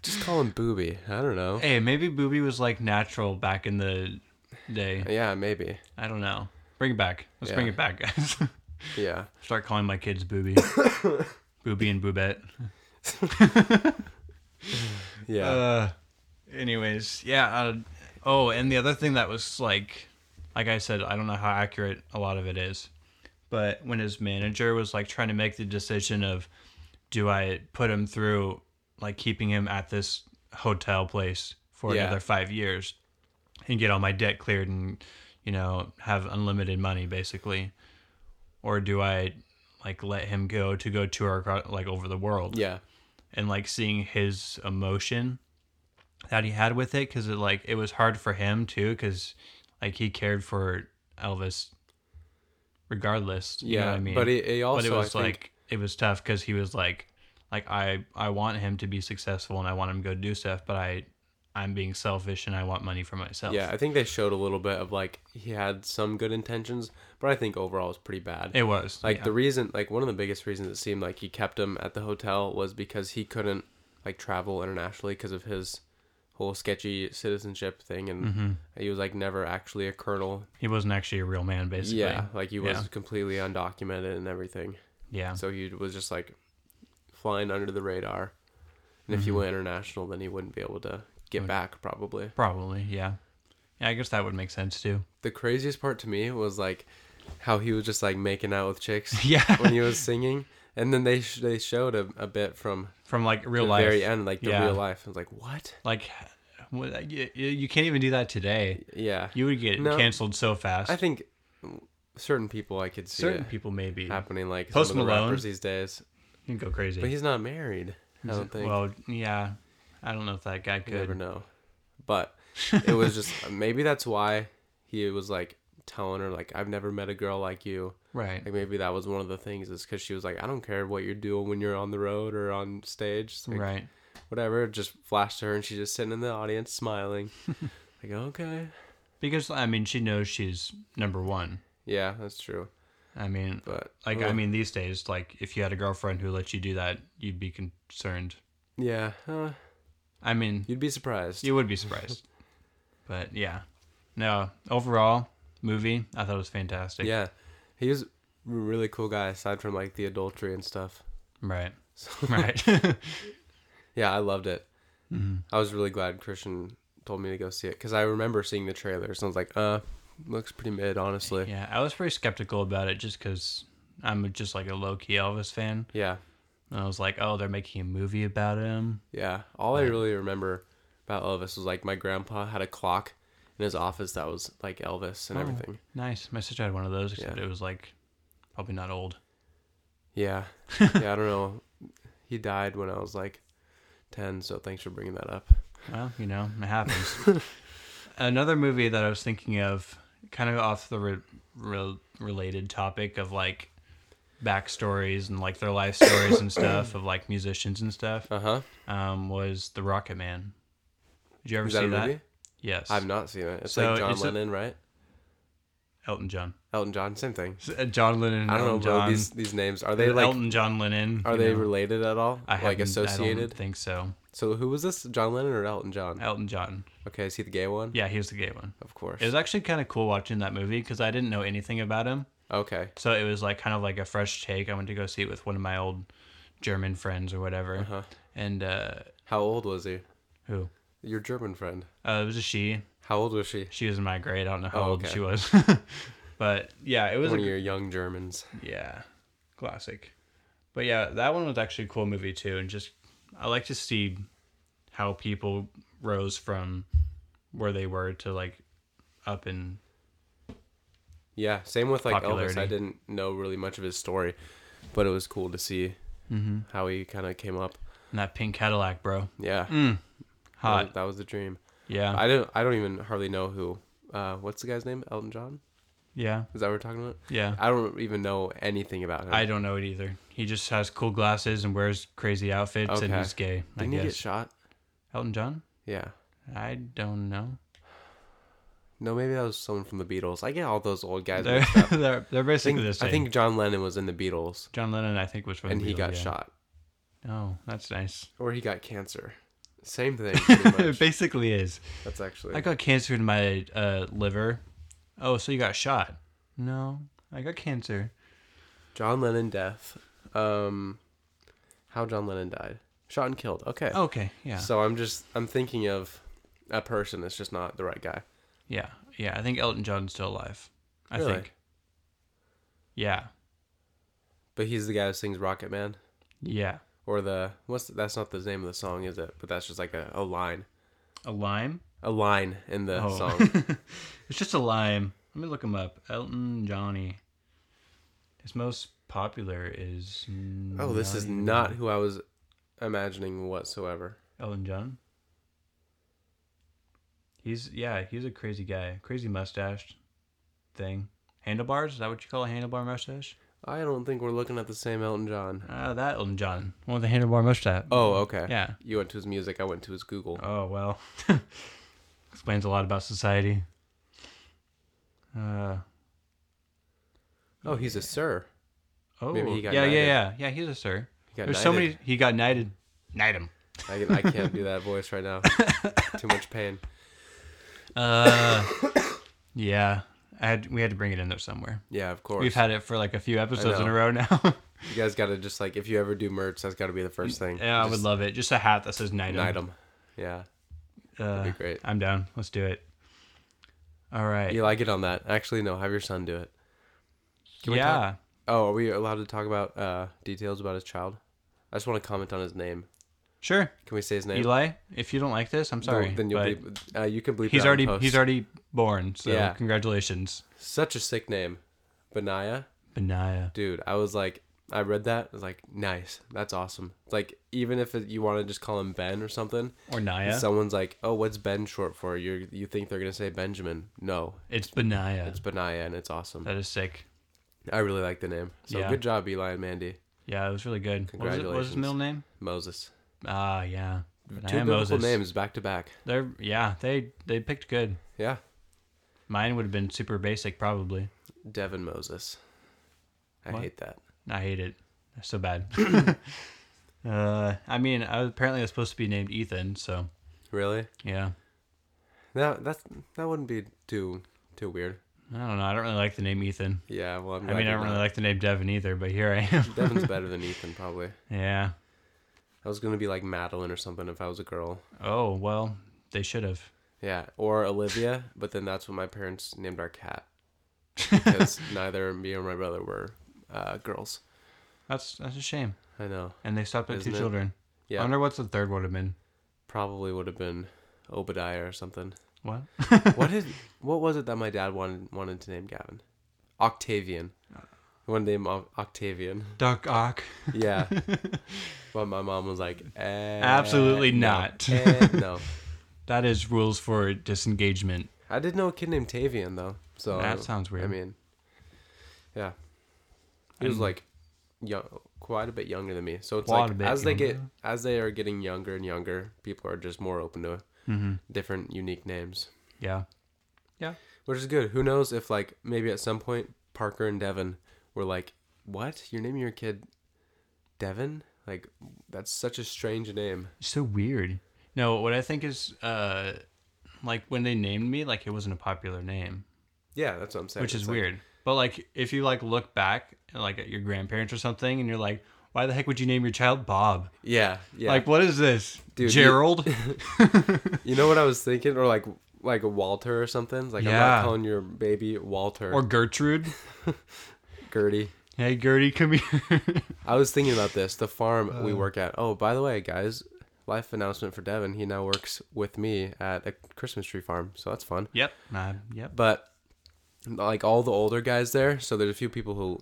[SPEAKER 2] Just call him booby. I don't know.
[SPEAKER 1] hey, maybe booby was like natural back in the day.
[SPEAKER 2] Yeah, maybe.
[SPEAKER 1] I don't know. Bring it back. Let's bring
[SPEAKER 2] Yeah.
[SPEAKER 1] it back, guys.
[SPEAKER 2] Yeah.
[SPEAKER 1] Start calling my kids booby. booby and boobette.
[SPEAKER 2] Yeah.
[SPEAKER 1] Uh, anyways, yeah. Uh, oh, and the other thing that was like, like I said, I don't know how accurate a lot of it is, but when his manager was like trying to make the decision of, do I put him through, like keeping him at this hotel place for
[SPEAKER 2] Yeah.
[SPEAKER 1] another five years, and get all my debt cleared and, you know, have unlimited money basically, or do I, like let him go to go tour acro- like over the world?
[SPEAKER 2] yeah.
[SPEAKER 1] and like seeing his emotion that he had with it because it like it was hard for him too because Like he cared for Elvis, regardless. You know
[SPEAKER 2] yeah,
[SPEAKER 1] what I mean,
[SPEAKER 2] but he, he also
[SPEAKER 1] but it was
[SPEAKER 2] I think,
[SPEAKER 1] like it was tough because he was like, like I I want him to be successful and I want him to go do stuff, but I I'm being selfish and I want money for myself.
[SPEAKER 2] yeah, I think they showed a little bit of like he had some good intentions, but I think overall it's pretty bad.
[SPEAKER 1] it was
[SPEAKER 2] Like
[SPEAKER 1] yeah.
[SPEAKER 2] the reason, like one of the biggest reasons it seemed like he kept him at the hotel was because he couldn't like travel internationally because of his whole sketchy citizenship thing, and
[SPEAKER 1] Mm-hmm.
[SPEAKER 2] he was like never actually a colonel.
[SPEAKER 1] he wasn't actually a real man basically.
[SPEAKER 2] Yeah, like he was
[SPEAKER 1] Yeah.
[SPEAKER 2] completely undocumented and everything,
[SPEAKER 1] yeah.
[SPEAKER 2] so he was just like flying under the radar. And if
[SPEAKER 1] Mm-hmm.
[SPEAKER 2] he went international, then he wouldn't be able to get back probably.
[SPEAKER 1] Probably, yeah. Yeah, I guess that would make sense too.
[SPEAKER 2] The craziest part to me was like how he was just like making out with chicks
[SPEAKER 1] Yeah.
[SPEAKER 2] when he was singing. And then they sh- they showed a, a bit from
[SPEAKER 1] From like real
[SPEAKER 2] the
[SPEAKER 1] life,
[SPEAKER 2] very end, like the
[SPEAKER 1] Yeah.
[SPEAKER 2] real life. I was like, what?
[SPEAKER 1] like what- you, you can't even do that today.
[SPEAKER 2] Yeah,
[SPEAKER 1] You would get
[SPEAKER 2] No.
[SPEAKER 1] canceled so fast.
[SPEAKER 2] I think certain people I could see
[SPEAKER 1] Certain
[SPEAKER 2] it
[SPEAKER 1] people maybe
[SPEAKER 2] happening, like
[SPEAKER 1] Post
[SPEAKER 2] some of the
[SPEAKER 1] Malone.
[SPEAKER 2] rappers these days.
[SPEAKER 1] can go crazy.
[SPEAKER 2] But he's not married. I don't think.
[SPEAKER 1] Well, yeah, I don't know if that guy
[SPEAKER 2] you never
[SPEAKER 1] could.
[SPEAKER 2] know. But it was just maybe that's why he was like telling her like I've never met a girl like you.
[SPEAKER 1] Right.
[SPEAKER 2] Like maybe that was one of the things is because she was like I don't care what you're doing when you're on the road or on stage. It's like,
[SPEAKER 1] right.
[SPEAKER 2] Whatever. It Just flashed to her and she's just sitting in the audience smiling. like okay.
[SPEAKER 1] Because I mean, she knows she's number one.
[SPEAKER 2] Yeah, that's true.
[SPEAKER 1] I mean,
[SPEAKER 2] But oh,
[SPEAKER 1] like I
[SPEAKER 2] ugh.
[SPEAKER 1] mean, these days, like if you had a girlfriend who let you do that, you'd be concerned.
[SPEAKER 2] Yeah, uh,
[SPEAKER 1] I mean,
[SPEAKER 2] you'd be surprised.
[SPEAKER 1] you would be surprised. but yeah, no. Overall, movie I thought it was fantastic.
[SPEAKER 2] yeah, he was a really cool guy aside from like the adultery and stuff.
[SPEAKER 1] Right.
[SPEAKER 2] So
[SPEAKER 1] Right.
[SPEAKER 2] yeah, I loved it.
[SPEAKER 1] Mm-hmm.
[SPEAKER 2] I was really glad Christian told me to go see it because I remember seeing the trailers and I was like, uh, looks pretty mid, honestly.
[SPEAKER 1] yeah,
[SPEAKER 2] Yeah.
[SPEAKER 1] I was pretty skeptical about it just because I'm just like a low key Elvis fan,
[SPEAKER 2] yeah,
[SPEAKER 1] and I was like, oh, they're making a movie about him.
[SPEAKER 2] All I really remember about Elvis was like my grandpa had a clock in his office that was like Elvis and
[SPEAKER 1] Oh.
[SPEAKER 2] everything.
[SPEAKER 1] Nice. My sister had one of those, except
[SPEAKER 2] Yeah.
[SPEAKER 1] it was like probably not old.
[SPEAKER 2] Yeah, yeah. I don't know. He died when I was like ten, so thanks for bringing that up.
[SPEAKER 1] Well, you know, it happens. Another movie that I was thinking of, kind of off the re- re- related topic of like backstories and like their life stories and stuff of like musicians and stuff,
[SPEAKER 2] Uh huh.
[SPEAKER 1] um, was The Rocket Man. Did you ever
[SPEAKER 2] Is that
[SPEAKER 1] see
[SPEAKER 2] a
[SPEAKER 1] that?
[SPEAKER 2] movie?
[SPEAKER 1] Yes.
[SPEAKER 2] I've not seen it. It's
[SPEAKER 1] So
[SPEAKER 2] like John
[SPEAKER 1] it's a-
[SPEAKER 2] Lennon, right?
[SPEAKER 1] Elton John.
[SPEAKER 2] Elton John, same thing.
[SPEAKER 1] Uh, John Lennon. And
[SPEAKER 2] I don't know,
[SPEAKER 1] Elton
[SPEAKER 2] bro.
[SPEAKER 1] John.
[SPEAKER 2] These these names are they like
[SPEAKER 1] Elton John Lennon.
[SPEAKER 2] are
[SPEAKER 1] you
[SPEAKER 2] they
[SPEAKER 1] know.
[SPEAKER 2] related at all?
[SPEAKER 1] I
[SPEAKER 2] like
[SPEAKER 1] haven't- I
[SPEAKER 2] associated.
[SPEAKER 1] don't think so.
[SPEAKER 2] So who was this? John Lennon or Elton John?
[SPEAKER 1] Elton John.
[SPEAKER 2] Okay, is he the gay one?
[SPEAKER 1] Yeah, he was the gay one.
[SPEAKER 2] of course.
[SPEAKER 1] It was actually kind of cool watching that movie because I didn't know anything about him.
[SPEAKER 2] okay,
[SPEAKER 1] So it was like kind of like a fresh take. I went to go see it with one of my old German friends or whatever.
[SPEAKER 2] Uh-huh.
[SPEAKER 1] And uh,
[SPEAKER 2] how old was he?
[SPEAKER 1] who?
[SPEAKER 2] Your German friend.
[SPEAKER 1] Uh, it was a she.
[SPEAKER 2] How old was she?
[SPEAKER 1] She was in my grade. I don't know how
[SPEAKER 2] Oh,
[SPEAKER 1] old
[SPEAKER 2] okay.
[SPEAKER 1] she was. but yeah, it was
[SPEAKER 2] One
[SPEAKER 1] a,
[SPEAKER 2] of your young Germans.
[SPEAKER 1] yeah, classic. But yeah, that one was actually a cool movie too. And just I like to see how people rose from where they were to like up and
[SPEAKER 2] Yeah, same with like Elvis.
[SPEAKER 1] Popularity.
[SPEAKER 2] I didn't know really much of his story, but it was cool to see
[SPEAKER 1] Mm-hmm.
[SPEAKER 2] how he kind of came up.
[SPEAKER 1] and that pink Cadillac, bro.
[SPEAKER 2] Yeah,
[SPEAKER 1] Mm-hmm. Hot. Oh.
[SPEAKER 2] That was the dream.
[SPEAKER 1] Yeah.
[SPEAKER 2] Mm. I don't. I don't even hardly know who. Uh, what's the guy's name? Elton John.
[SPEAKER 1] yeah.
[SPEAKER 2] Is that what we're talking about?
[SPEAKER 1] Yeah.
[SPEAKER 2] I don't even know anything about him.
[SPEAKER 1] I don't know it either. He just has cool glasses and wears crazy outfits and
[SPEAKER 2] Okay.
[SPEAKER 1] he's gay.
[SPEAKER 2] Didn't
[SPEAKER 1] I
[SPEAKER 2] he
[SPEAKER 1] guess.
[SPEAKER 2] get shot?
[SPEAKER 1] Elton John?
[SPEAKER 2] Yeah.
[SPEAKER 1] I don't know.
[SPEAKER 2] No, maybe that was someone from the Beatles. I get all those old guys.
[SPEAKER 1] They're
[SPEAKER 2] mixed up.
[SPEAKER 1] they're, they're
[SPEAKER 2] I
[SPEAKER 1] basically
[SPEAKER 2] think,
[SPEAKER 1] the same.
[SPEAKER 2] I think John Lennon was in the Beatles,
[SPEAKER 1] John Lennon, I think, was from
[SPEAKER 2] and
[SPEAKER 1] the
[SPEAKER 2] he
[SPEAKER 1] Beatles,
[SPEAKER 2] got
[SPEAKER 1] yeah.
[SPEAKER 2] shot,
[SPEAKER 1] Oh, that's nice.
[SPEAKER 2] or he got cancer. Same thing. pretty
[SPEAKER 1] it
[SPEAKER 2] much.
[SPEAKER 1] basically is.
[SPEAKER 2] That's actually.
[SPEAKER 1] I got cancer in my uh, liver. Oh, so you got shot? No, I got cancer.
[SPEAKER 2] John Lennon death. Um, how John Lennon died. Shot and killed. Okay.
[SPEAKER 1] Okay, Oh, yeah,
[SPEAKER 2] So I'm just I'm thinking of a person that's just not the right guy.
[SPEAKER 1] yeah, yeah. I think Elton John's still alive. I
[SPEAKER 2] Really?
[SPEAKER 1] think. Yeah,
[SPEAKER 2] But he's the guy who sings Rocket Man.
[SPEAKER 1] yeah.
[SPEAKER 2] Or the what's that's not the name of the song, is it? But that's just like a, a line.
[SPEAKER 1] A lime.
[SPEAKER 2] A line in the
[SPEAKER 1] Oh.
[SPEAKER 2] song.
[SPEAKER 1] It's just a lime. Let me look him up. Elton Johnny. His most popular is.
[SPEAKER 2] Oh, this is
[SPEAKER 1] even-
[SPEAKER 2] not who I was imagining whatsoever.
[SPEAKER 1] Elton John. He's yeah, he's a crazy guy, crazy mustached thing. Handlebars? Is that what you call a handlebar mustache?
[SPEAKER 2] I don't think we're looking at the same Elton John.
[SPEAKER 1] Uh, that Elton John, one with a handlebar mustache.
[SPEAKER 2] Oh, okay.
[SPEAKER 1] Yeah.
[SPEAKER 2] You went to his music. I went to his Google.
[SPEAKER 1] Oh well, explains a lot about society. Uh,
[SPEAKER 2] Oh, he's a sir.
[SPEAKER 1] oh,
[SPEAKER 2] Maybe he got
[SPEAKER 1] yeah, yeah,
[SPEAKER 2] knighted.
[SPEAKER 1] yeah, yeah. He's a sir.
[SPEAKER 2] He got
[SPEAKER 1] There's so
[SPEAKER 2] knighted.
[SPEAKER 1] many. He got knighted. Knight him.
[SPEAKER 2] I, can- I can't do that voice right now. Too much pain.
[SPEAKER 1] Uh, yeah. I had we had to bring it in there somewhere.
[SPEAKER 2] Yeah, of course.
[SPEAKER 1] We've had it for like a few episodes in
[SPEAKER 2] know.
[SPEAKER 1] a row now.
[SPEAKER 2] you guys got to just like if you ever do merch, that's got to be the first thing.
[SPEAKER 1] yeah, I would love it. Just a hat that says knight him.
[SPEAKER 2] Knight 'em. Yeah,
[SPEAKER 1] Uh,
[SPEAKER 2] be great.
[SPEAKER 1] I'm down. Let's do it. All right.
[SPEAKER 2] you like it on that? Actually, no. Have your son do it. we
[SPEAKER 1] yeah.
[SPEAKER 2] talk- Oh, are we allowed to talk about uh, details about his child? I just want to comment on his name.
[SPEAKER 1] Sure.
[SPEAKER 2] Can we say his name?
[SPEAKER 1] Eli, if you don't like this, I'm sorry.
[SPEAKER 2] Then you'll
[SPEAKER 1] but
[SPEAKER 2] bleep, uh, you can bleep. it out
[SPEAKER 1] he's
[SPEAKER 2] in
[SPEAKER 1] already
[SPEAKER 2] post.
[SPEAKER 1] he's already born. So
[SPEAKER 2] Yeah.
[SPEAKER 1] congratulations,
[SPEAKER 2] such a sick name, Benaya.
[SPEAKER 1] Benaya.
[SPEAKER 2] dude i was like i read that i was like nice that's awesome like even if it, you want to just call him ben or something
[SPEAKER 1] Or
[SPEAKER 2] and
[SPEAKER 1] Naya.
[SPEAKER 2] someone's like oh what's ben short for you you think they're gonna say benjamin no
[SPEAKER 1] it's Benaya.
[SPEAKER 2] it's benaya and it's awesome
[SPEAKER 1] that is sick.
[SPEAKER 2] i really like the name so
[SPEAKER 1] Yeah.
[SPEAKER 2] good job eli and mandy
[SPEAKER 1] Yeah, it was really good. What was, it, what was his
[SPEAKER 2] Congratulations.
[SPEAKER 1] middle name?
[SPEAKER 2] moses
[SPEAKER 1] Ah, yeah.
[SPEAKER 2] two
[SPEAKER 1] Benaya
[SPEAKER 2] biblical
[SPEAKER 1] Moses.
[SPEAKER 2] names back to back
[SPEAKER 1] They're yeah, they they picked good.
[SPEAKER 2] yeah
[SPEAKER 1] Mine would have been super basic probably.
[SPEAKER 2] devin moses i
[SPEAKER 1] What?
[SPEAKER 2] hate that
[SPEAKER 1] I hate it. That's so bad. uh, I mean, I was, apparently I was supposed to be named Ethan, so
[SPEAKER 2] really
[SPEAKER 1] yeah.
[SPEAKER 2] no that's that wouldn't be too too weird
[SPEAKER 1] I don't know. I don't really like the name Ethan.
[SPEAKER 2] yeah well I'm
[SPEAKER 1] I mean, I don't really like the name Devin either, but here I am.
[SPEAKER 2] devin's better than ethan probably
[SPEAKER 1] yeah.
[SPEAKER 2] I was gonna be like Madeline or something if I was a girl.
[SPEAKER 1] Oh, well, they should have.
[SPEAKER 2] Yeah, or Olivia, but then that's what my parents named our cat because neither me or my brother were uh, girls.
[SPEAKER 1] That's that's a shame.
[SPEAKER 2] I know.
[SPEAKER 1] And they stopped at
[SPEAKER 2] Isn't
[SPEAKER 1] two
[SPEAKER 2] it?
[SPEAKER 1] children. I
[SPEAKER 2] Yeah,
[SPEAKER 1] wonder what's the third would have been.
[SPEAKER 2] probably would have been Obadiah or something.
[SPEAKER 1] What?
[SPEAKER 2] what did? What was it that my dad wanted wanted to name Gavin? Octavian.
[SPEAKER 1] Uh.
[SPEAKER 2] One name of Octavian.
[SPEAKER 1] Duck Ock.
[SPEAKER 2] Yeah. but my mom was like, eh,
[SPEAKER 1] Absolutely
[SPEAKER 2] no.
[SPEAKER 1] not.
[SPEAKER 2] Eh, no.
[SPEAKER 1] That is rules for disengagement.
[SPEAKER 2] I did know a kid named Tavian though. So
[SPEAKER 1] That sounds weird.
[SPEAKER 2] I mean, yeah, he was
[SPEAKER 1] And-
[SPEAKER 2] like young, quite a bit younger than me. So it's
[SPEAKER 1] Quite
[SPEAKER 2] like
[SPEAKER 1] a
[SPEAKER 2] as
[SPEAKER 1] bit
[SPEAKER 2] they get
[SPEAKER 1] younger.
[SPEAKER 2] as they are getting younger and younger, people are just more open to
[SPEAKER 1] Mm-hmm.
[SPEAKER 2] different unique names,
[SPEAKER 1] Yeah.
[SPEAKER 2] which is good. Who knows if like maybe at some point Parker and Devin were like, "What? You're naming your kid Devin? Like that's such a strange name."
[SPEAKER 1] So weird. No, what I think is, uh, like when they named me, like it wasn't a popular name.
[SPEAKER 2] Yeah, that's what I'm saying.
[SPEAKER 1] which is
[SPEAKER 2] It's like-
[SPEAKER 1] weird. But like, if you like look back, like at your grandparents or something, and you're like, why the heck would you name your child Bob?
[SPEAKER 2] Yeah, yeah.
[SPEAKER 1] Like, what is this,
[SPEAKER 2] Dude, you-
[SPEAKER 1] Gerald?
[SPEAKER 2] You know what I was thinking, or like like Walter or something. Like I'm
[SPEAKER 1] Yeah.
[SPEAKER 2] not calling your baby Walter
[SPEAKER 1] or
[SPEAKER 2] or
[SPEAKER 1] Gertrude?
[SPEAKER 2] Gertie.
[SPEAKER 1] hey, Gertie, come here.
[SPEAKER 2] I was thinking about this. The farm we
[SPEAKER 1] Uh.
[SPEAKER 2] work at. Oh, by the way, guys, life announcement for Devin. He now works with me at a Christmas tree farm, so that's fun.
[SPEAKER 1] yep, uh, yep.
[SPEAKER 2] But like all the older guys there, so there's a few people who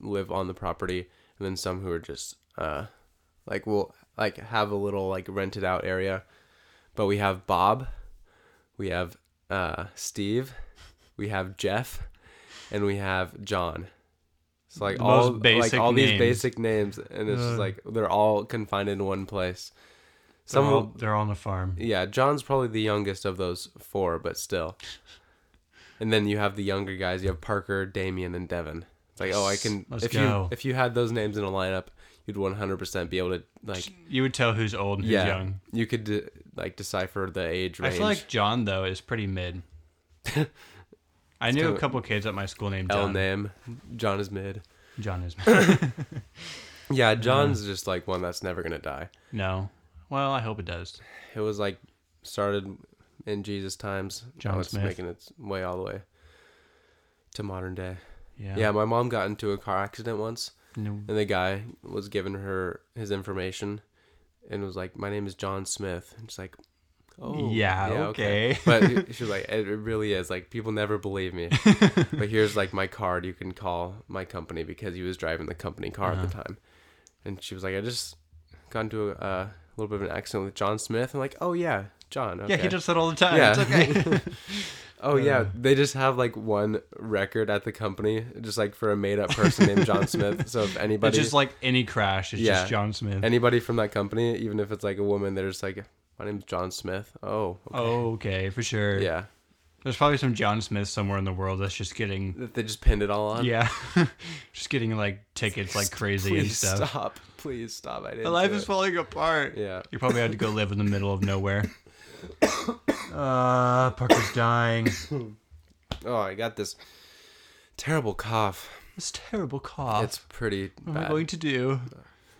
[SPEAKER 2] live on the property, and then some who are just uh like will like have a little like rented out area. But we have Bob, we have uh Steve, we have Jeff, and we have John. So like
[SPEAKER 1] The
[SPEAKER 2] all
[SPEAKER 1] most basic
[SPEAKER 2] like all these
[SPEAKER 1] names.
[SPEAKER 2] basic names, and it's just
[SPEAKER 1] Ugh.
[SPEAKER 2] like they're all confined in one place.
[SPEAKER 1] They're
[SPEAKER 2] Some
[SPEAKER 1] all,
[SPEAKER 2] will-
[SPEAKER 1] they're all on the farm.
[SPEAKER 2] yeah, John's probably the youngest of those four, but still. And then you have the younger guys. You have Parker, Damien, and Devin. It's like, oh, I can.
[SPEAKER 1] Let's
[SPEAKER 2] if
[SPEAKER 1] go.
[SPEAKER 2] you if you had those names in a lineup, you'd one hundred percent be able to like,
[SPEAKER 1] You would tell who's old and who's
[SPEAKER 2] yeah,
[SPEAKER 1] young.
[SPEAKER 2] you could de- like decipher the age range.
[SPEAKER 1] I feel like John though is pretty mid. I knew a
[SPEAKER 2] kinda-
[SPEAKER 1] couple kids at my school named
[SPEAKER 2] L
[SPEAKER 1] John.
[SPEAKER 2] name. John is mid.
[SPEAKER 1] John is
[SPEAKER 2] Yeah, John's just like one that's never gonna die.
[SPEAKER 1] no. Well, I hope it does.
[SPEAKER 2] It was like started in Jesus times.
[SPEAKER 1] John
[SPEAKER 2] now it's
[SPEAKER 1] Smith.
[SPEAKER 2] making its way all the way to modern day.
[SPEAKER 1] Yeah.
[SPEAKER 2] yeah, my mom got into a car accident once.
[SPEAKER 1] No.
[SPEAKER 2] And the guy was giving her his information and was like, My name is John Smith. And she's like, Oh,
[SPEAKER 1] Yeah, okay.
[SPEAKER 2] but she was like, It really is. Like, people never believe me. but here's like my card. You can call my company because he was driving the company car at the
[SPEAKER 1] Uh-huh.
[SPEAKER 2] time. And she was like, I just got into a, a little bit of an accident with John Smith. I'm like, Oh, yeah, John. Okay.
[SPEAKER 1] Yeah, he uh, does that all the time.
[SPEAKER 2] Yeah.
[SPEAKER 1] It's okay.
[SPEAKER 2] Oh yeah, they just have like one record at the company, just like for a made-up person named John Smith. So if
[SPEAKER 1] it's
[SPEAKER 2] anybody,
[SPEAKER 1] just like any crash. It's
[SPEAKER 2] Yeah.
[SPEAKER 1] just John Smith.
[SPEAKER 2] anybody from that company, even if it's like a woman, they're just like, "My name's John Smith." Oh, okay.
[SPEAKER 1] oh, okay, for sure.
[SPEAKER 2] yeah,
[SPEAKER 1] There's probably some John Smith somewhere in the world that's just getting
[SPEAKER 2] That they just pinned it all on.
[SPEAKER 1] yeah, just getting like tickets like crazy and
[SPEAKER 2] please
[SPEAKER 1] stuff.
[SPEAKER 2] stop, please stop. I didn't.
[SPEAKER 1] My life
[SPEAKER 2] do
[SPEAKER 1] is
[SPEAKER 2] it.
[SPEAKER 1] falling apart.
[SPEAKER 2] Yeah.
[SPEAKER 1] You probably had to go live in the middle of nowhere. Uh, Parker's dying.
[SPEAKER 2] Oh, I got this terrible cough.
[SPEAKER 1] This terrible cough.
[SPEAKER 2] It's pretty
[SPEAKER 1] what Oh. am I
[SPEAKER 2] bad.
[SPEAKER 1] going to do?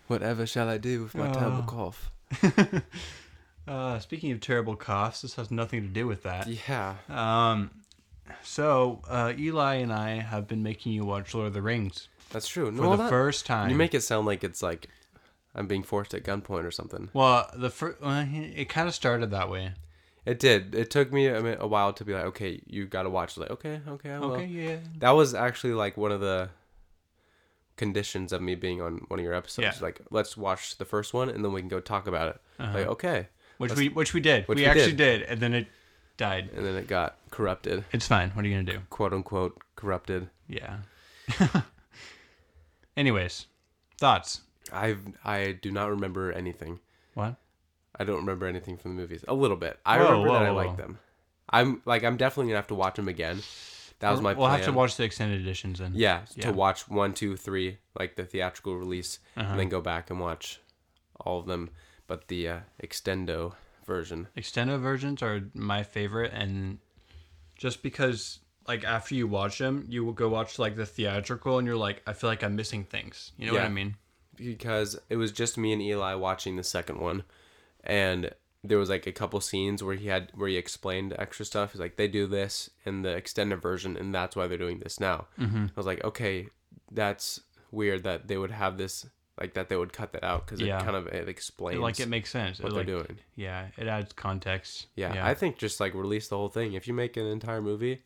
[SPEAKER 2] Whatever shall I do with my terrible
[SPEAKER 1] Oh.
[SPEAKER 2] cough?
[SPEAKER 1] Uh, speaking of terrible coughs, this has nothing to do with that.
[SPEAKER 2] Yeah.
[SPEAKER 1] Um, so uh, Eli and I have been making you watch Lord of the Rings
[SPEAKER 2] That's true. No,
[SPEAKER 1] for the
[SPEAKER 2] that-
[SPEAKER 1] first time.
[SPEAKER 2] you make it sound like it's like I'm being forced at gunpoint or something.
[SPEAKER 1] well, the first it kind of started that way.
[SPEAKER 2] It did. It took me a, mi- a while to be like, okay, you got to watch. it. Like, okay, okay, I will.
[SPEAKER 1] Okay, yeah.
[SPEAKER 2] That was actually like one of the conditions of me being on one of your episodes.
[SPEAKER 1] Yeah. Uh-huh.
[SPEAKER 2] Like, let's watch the first one and then we can go talk about it. Like, okay,
[SPEAKER 1] Which we which we did.
[SPEAKER 2] Which
[SPEAKER 1] we
[SPEAKER 2] we
[SPEAKER 1] actually did. and then it died.
[SPEAKER 2] and then it got corrupted,
[SPEAKER 1] It's fine. What are you gonna do?
[SPEAKER 2] quote unquote corrupted.
[SPEAKER 1] Yeah. Anyways, thoughts.
[SPEAKER 2] I've I do not remember anything.
[SPEAKER 1] What?
[SPEAKER 2] I don't remember anything from the movies. A little bit. I
[SPEAKER 1] Whoa,
[SPEAKER 2] remember
[SPEAKER 1] whoa,
[SPEAKER 2] that I
[SPEAKER 1] whoa,
[SPEAKER 2] like
[SPEAKER 1] whoa.
[SPEAKER 2] them. I'm like I'm definitely gonna have to watch them again. That was my.
[SPEAKER 1] We'll
[SPEAKER 2] plan.
[SPEAKER 1] have to watch the extended editions then.
[SPEAKER 2] Yeah,
[SPEAKER 1] Yeah.
[SPEAKER 2] to watch one, two, three, like the theatrical release,
[SPEAKER 1] Uh-huh.
[SPEAKER 2] and then go back and watch all of them, but the uh, extendo version.
[SPEAKER 1] Extended versions are my favorite, and just because like after you watch them, you will go watch like the theatrical, and you're like, I feel like I'm missing things. You know what
[SPEAKER 2] Yeah.
[SPEAKER 1] I mean?
[SPEAKER 2] because it was just me and Eli watching the second one, and there was like a couple scenes where he had where he explained extra stuff. He's like, they do this in the extended version, and that's why they're doing this now.
[SPEAKER 1] Mm-hmm.
[SPEAKER 2] I was like, okay, that's weird that they would have this like that they would cut that out because
[SPEAKER 1] Yeah.
[SPEAKER 2] it kind of it explains
[SPEAKER 1] Like it makes sense.
[SPEAKER 2] what
[SPEAKER 1] It, like,
[SPEAKER 2] they're doing.
[SPEAKER 1] Yeah, it adds context.
[SPEAKER 2] Yeah, I think just like release the whole thing. If you make an entire movie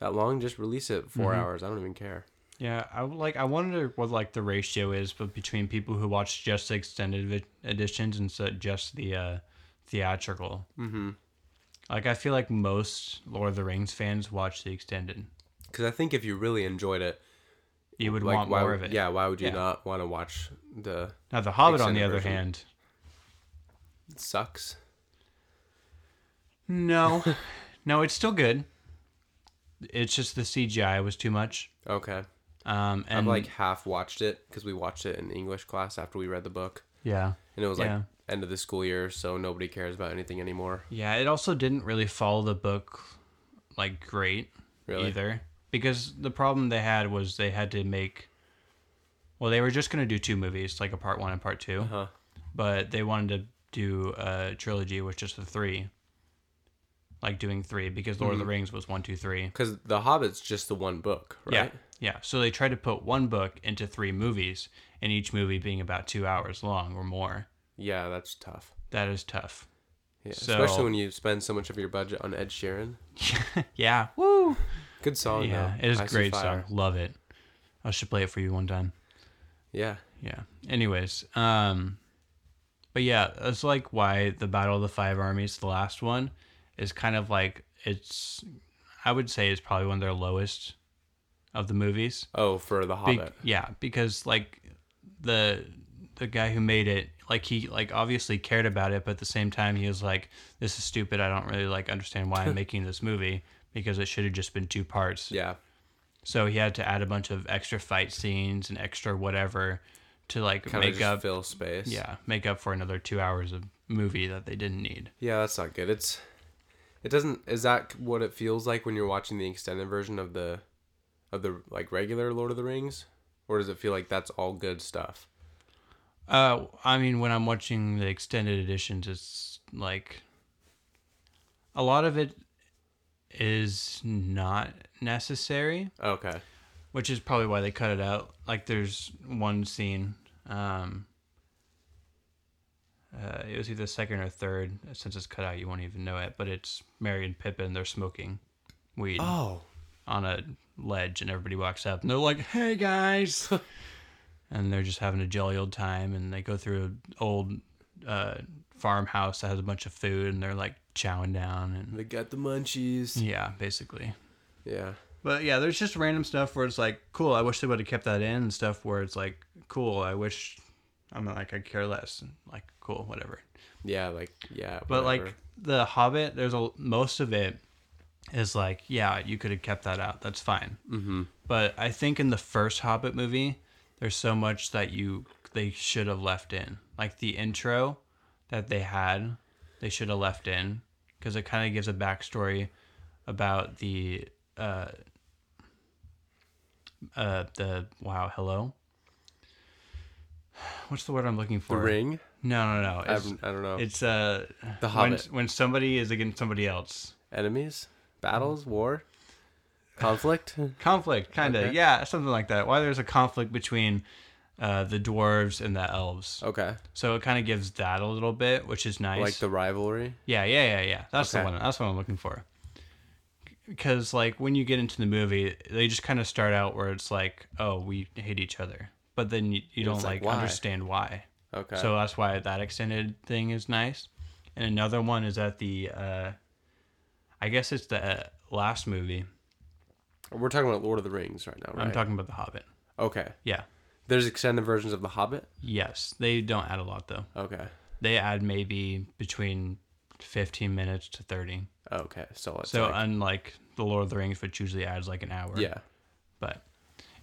[SPEAKER 2] that long, just release it 4
[SPEAKER 1] Mm-hmm.
[SPEAKER 2] hours. I don't even care.
[SPEAKER 1] yeah. I would like. I wonder what like the ratio is, but between people who watch just the extended vi- editions and so just the uh, theatrical. Mm-hmm. Like I feel like most Lord of the Rings fans watch the extended.
[SPEAKER 2] Because I think if you really enjoyed it,
[SPEAKER 1] You would
[SPEAKER 2] like
[SPEAKER 1] want
[SPEAKER 2] why,
[SPEAKER 1] more of it.
[SPEAKER 2] yeah, why would you
[SPEAKER 1] Yeah.
[SPEAKER 2] not want to watch the
[SPEAKER 1] Now the Hobbit, on the
[SPEAKER 2] Extended
[SPEAKER 1] other
[SPEAKER 2] version.
[SPEAKER 1] hand,
[SPEAKER 2] it sucks?
[SPEAKER 1] No, no, it's still good. It's just the CGI was too much.
[SPEAKER 2] Okay,
[SPEAKER 1] Um, and
[SPEAKER 2] I've like half watched it because we watched it in English class after we read the book,
[SPEAKER 1] yeah,
[SPEAKER 2] and it was like
[SPEAKER 1] Yeah.
[SPEAKER 2] end of the school year, so nobody cares about anything anymore.
[SPEAKER 1] yeah. It also didn't really follow the book like great
[SPEAKER 2] Really?
[SPEAKER 1] either, because the problem they had was they had to make. Well, they were just gonna do two movies, like a part one and part 2
[SPEAKER 2] Huh?
[SPEAKER 1] but they wanted to do a trilogy with just the three. Like doing three because Lord of
[SPEAKER 2] Mm-hmm.
[SPEAKER 1] the Rings was one, two, three.
[SPEAKER 2] Because the Hobbit's just the one book, right?
[SPEAKER 1] Yeah. Yeah. So they tried to put one book into three movies, and each movie being about two hours long or more.
[SPEAKER 2] Yeah, that's tough.
[SPEAKER 1] That is tough.
[SPEAKER 2] Yeah,
[SPEAKER 1] So-
[SPEAKER 2] especially when you spend so much of your budget on Ed Sheeran.
[SPEAKER 1] yeah. Woo.
[SPEAKER 2] Good song,
[SPEAKER 1] Yeah.
[SPEAKER 2] though.
[SPEAKER 1] It is a
[SPEAKER 2] Oh, I See
[SPEAKER 1] great
[SPEAKER 2] Fire.
[SPEAKER 1] song. Love it. I should play it for you one time.
[SPEAKER 2] Yeah,
[SPEAKER 1] Yeah. Anyways, um, but yeah, that's like why the Battle of the Five Armies, the last one, is kind of like it's. I would say it's probably one of their lowest of the movies.
[SPEAKER 2] Oh, for the
[SPEAKER 1] Be-
[SPEAKER 2] Hobbit.
[SPEAKER 1] yeah, because like the the guy who made it, like he like obviously cared about it, but at the same time he was like, "This is stupid. I don't really like understand why I'm making this movie because it should have just been two parts."
[SPEAKER 2] Yeah.
[SPEAKER 1] So he had to add a bunch of extra fight scenes and extra whatever to like
[SPEAKER 2] Kind of
[SPEAKER 1] make
[SPEAKER 2] just
[SPEAKER 1] up.
[SPEAKER 2] fill space.
[SPEAKER 1] yeah, make up for another two hours of movie that they didn't need.
[SPEAKER 2] Yeah, that's not good. It's it doesn't is that what it feels like when you're watching the extended version of the of the like regular Lord of the Rings? Or does it feel like that's all good stuff?
[SPEAKER 1] Uh, I mean, when I'm watching the extended editions, it's like a lot of it is not necessary,
[SPEAKER 2] Okay.
[SPEAKER 1] which is probably why they cut it out. Like, there's one scene. Um, uh, it was either second or third. Since it's cut out, you won't even know it. But it's Mary and Pippin. They're smoking weed
[SPEAKER 2] Oh.
[SPEAKER 1] on a ledge and everybody walks up and they're like, "Hey guys," and they're just having a jolly old time and they go through an old uh, farmhouse that has a bunch of food and they're like chowing down and
[SPEAKER 2] They got the munchies.
[SPEAKER 1] yeah, basically.
[SPEAKER 2] Yeah.
[SPEAKER 1] But yeah, there's just random stuff where it's like, cool, I wish they would have kept that in, and stuff where it's like, cool, I wish I'm like I care less and like cool, whatever.
[SPEAKER 2] Yeah, like yeah.
[SPEAKER 1] But like
[SPEAKER 2] whatever.
[SPEAKER 1] the Hobbit, there's a most of it is like, yeah, you could have kept that out. That's fine. Mm-hmm. But I think in the first Hobbit movie, there's so much that you they should have left in, like the intro that they had, they should have left in because it kind of gives a backstory about the uh uh the wow hello. What's the word I'm looking
[SPEAKER 2] the
[SPEAKER 1] for?
[SPEAKER 2] ring.
[SPEAKER 1] No, no, no.
[SPEAKER 2] I
[SPEAKER 1] It's-
[SPEAKER 2] haven't- I don't know.
[SPEAKER 1] it's uh
[SPEAKER 2] The
[SPEAKER 1] when,
[SPEAKER 2] Hobbit.
[SPEAKER 1] when somebody is against somebody else.
[SPEAKER 2] Enemies, battles,
[SPEAKER 1] Mm.
[SPEAKER 2] war, conflict.
[SPEAKER 1] Conflict, kind of,
[SPEAKER 2] Okay.
[SPEAKER 1] yeah, something like that. Why there's a conflict between uh, the dwarves and the elves.
[SPEAKER 2] okay,
[SPEAKER 1] So it kind of gives that a little bit, which is nice.
[SPEAKER 2] Oh. like the rivalry.
[SPEAKER 1] yeah, yeah, yeah, yeah. That's
[SPEAKER 2] Okay.
[SPEAKER 1] the one. That's what I'm looking for. Because like when you get into the movie, they just kind of start out where it's like, oh, we hate each other, but then you, you don't
[SPEAKER 2] It's like,
[SPEAKER 1] like,
[SPEAKER 2] why?
[SPEAKER 1] understand why.
[SPEAKER 2] Okay.
[SPEAKER 1] So that's why that extended thing is nice. And another one is at the, uh, I guess it's the uh, last movie.
[SPEAKER 2] We're talking about Lord of the Rings right now, right?
[SPEAKER 1] I'm talking about The Hobbit.
[SPEAKER 2] okay.
[SPEAKER 1] Yeah.
[SPEAKER 2] There's extended versions of The Hobbit.
[SPEAKER 1] Yes. They don't add a lot, though.
[SPEAKER 2] Okay.
[SPEAKER 1] They add maybe between 15 minutes to 30.
[SPEAKER 2] Okay. So it's
[SPEAKER 1] So,
[SPEAKER 2] like,
[SPEAKER 1] unlike The Lord of the Rings, which usually adds like an hour.
[SPEAKER 2] yeah.
[SPEAKER 1] But,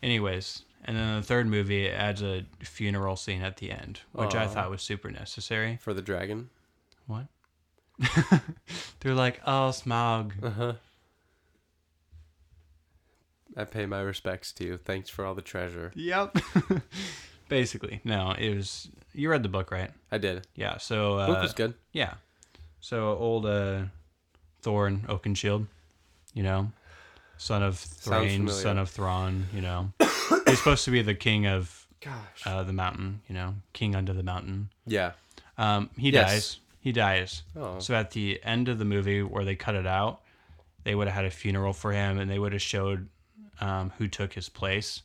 [SPEAKER 1] anyways. And then the third movie it adds a funeral scene at the end, which I
[SPEAKER 2] Aw.
[SPEAKER 1] thought was super necessary.
[SPEAKER 2] For the dragon.
[SPEAKER 1] What? They're like, oh, Smaug.
[SPEAKER 2] Uh huh. I pay my respects to you. Thanks for all the treasure.
[SPEAKER 1] Yep. Basically, no. It was you read the book, right?
[SPEAKER 2] I did.
[SPEAKER 1] Yeah. So
[SPEAKER 2] Book
[SPEAKER 1] uh,
[SPEAKER 2] was good.
[SPEAKER 1] yeah. So old uh, Thorn Oakenshield, you know, son of Thrain,
[SPEAKER 2] familiar.
[SPEAKER 1] son of Thrawn. You know, he's supposed to be the king of
[SPEAKER 2] Gosh.
[SPEAKER 1] uh, the mountain. You know, king under the mountain.
[SPEAKER 2] yeah.
[SPEAKER 1] Um, he
[SPEAKER 2] Yes.
[SPEAKER 1] dies. He dies.
[SPEAKER 2] Oh.
[SPEAKER 1] So at the end of the movie where they cut it out, they would have had a funeral for him, and they would have showed um, who took his place.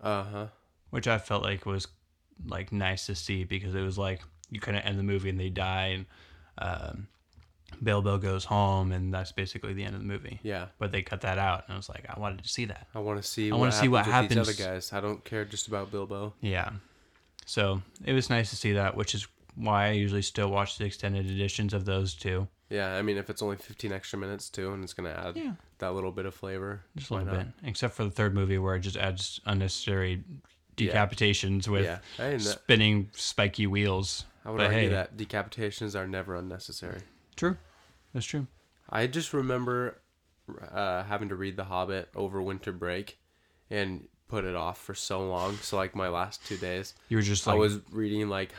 [SPEAKER 2] Uh huh.
[SPEAKER 1] which I felt like was like nice to see because it was like you kind of end the movie and they die and um, Bilbo goes home and that's basically the end of the movie.
[SPEAKER 2] Yeah.
[SPEAKER 1] But they cut that out and I was like, I wanted to see that.
[SPEAKER 2] I want to see.
[SPEAKER 1] wanna see what
[SPEAKER 2] with
[SPEAKER 1] happens.
[SPEAKER 2] These other guys. I don't care just about Bilbo.
[SPEAKER 1] Yeah. So it was nice to see that, which is why I usually still watch the extended editions of those two.
[SPEAKER 2] Yeah, I mean, if it's only 15 extra minutes too, and it's gonna add
[SPEAKER 1] Yeah.
[SPEAKER 2] that little bit of flavor.
[SPEAKER 1] Just a
[SPEAKER 2] why
[SPEAKER 1] little
[SPEAKER 2] not?
[SPEAKER 1] bit. Except for the third movie where it just adds unnecessary decapitations with
[SPEAKER 2] Yeah, I, didn't-
[SPEAKER 1] spinning spiky wheels.
[SPEAKER 2] I would
[SPEAKER 1] But
[SPEAKER 2] argue
[SPEAKER 1] hey.
[SPEAKER 2] that decapitations are never unnecessary.
[SPEAKER 1] True. That's true.
[SPEAKER 2] I just remember uh, having to read The Hobbit over winter break, and put it off for so long. So like my last two days,
[SPEAKER 1] You were just like
[SPEAKER 2] I was reading like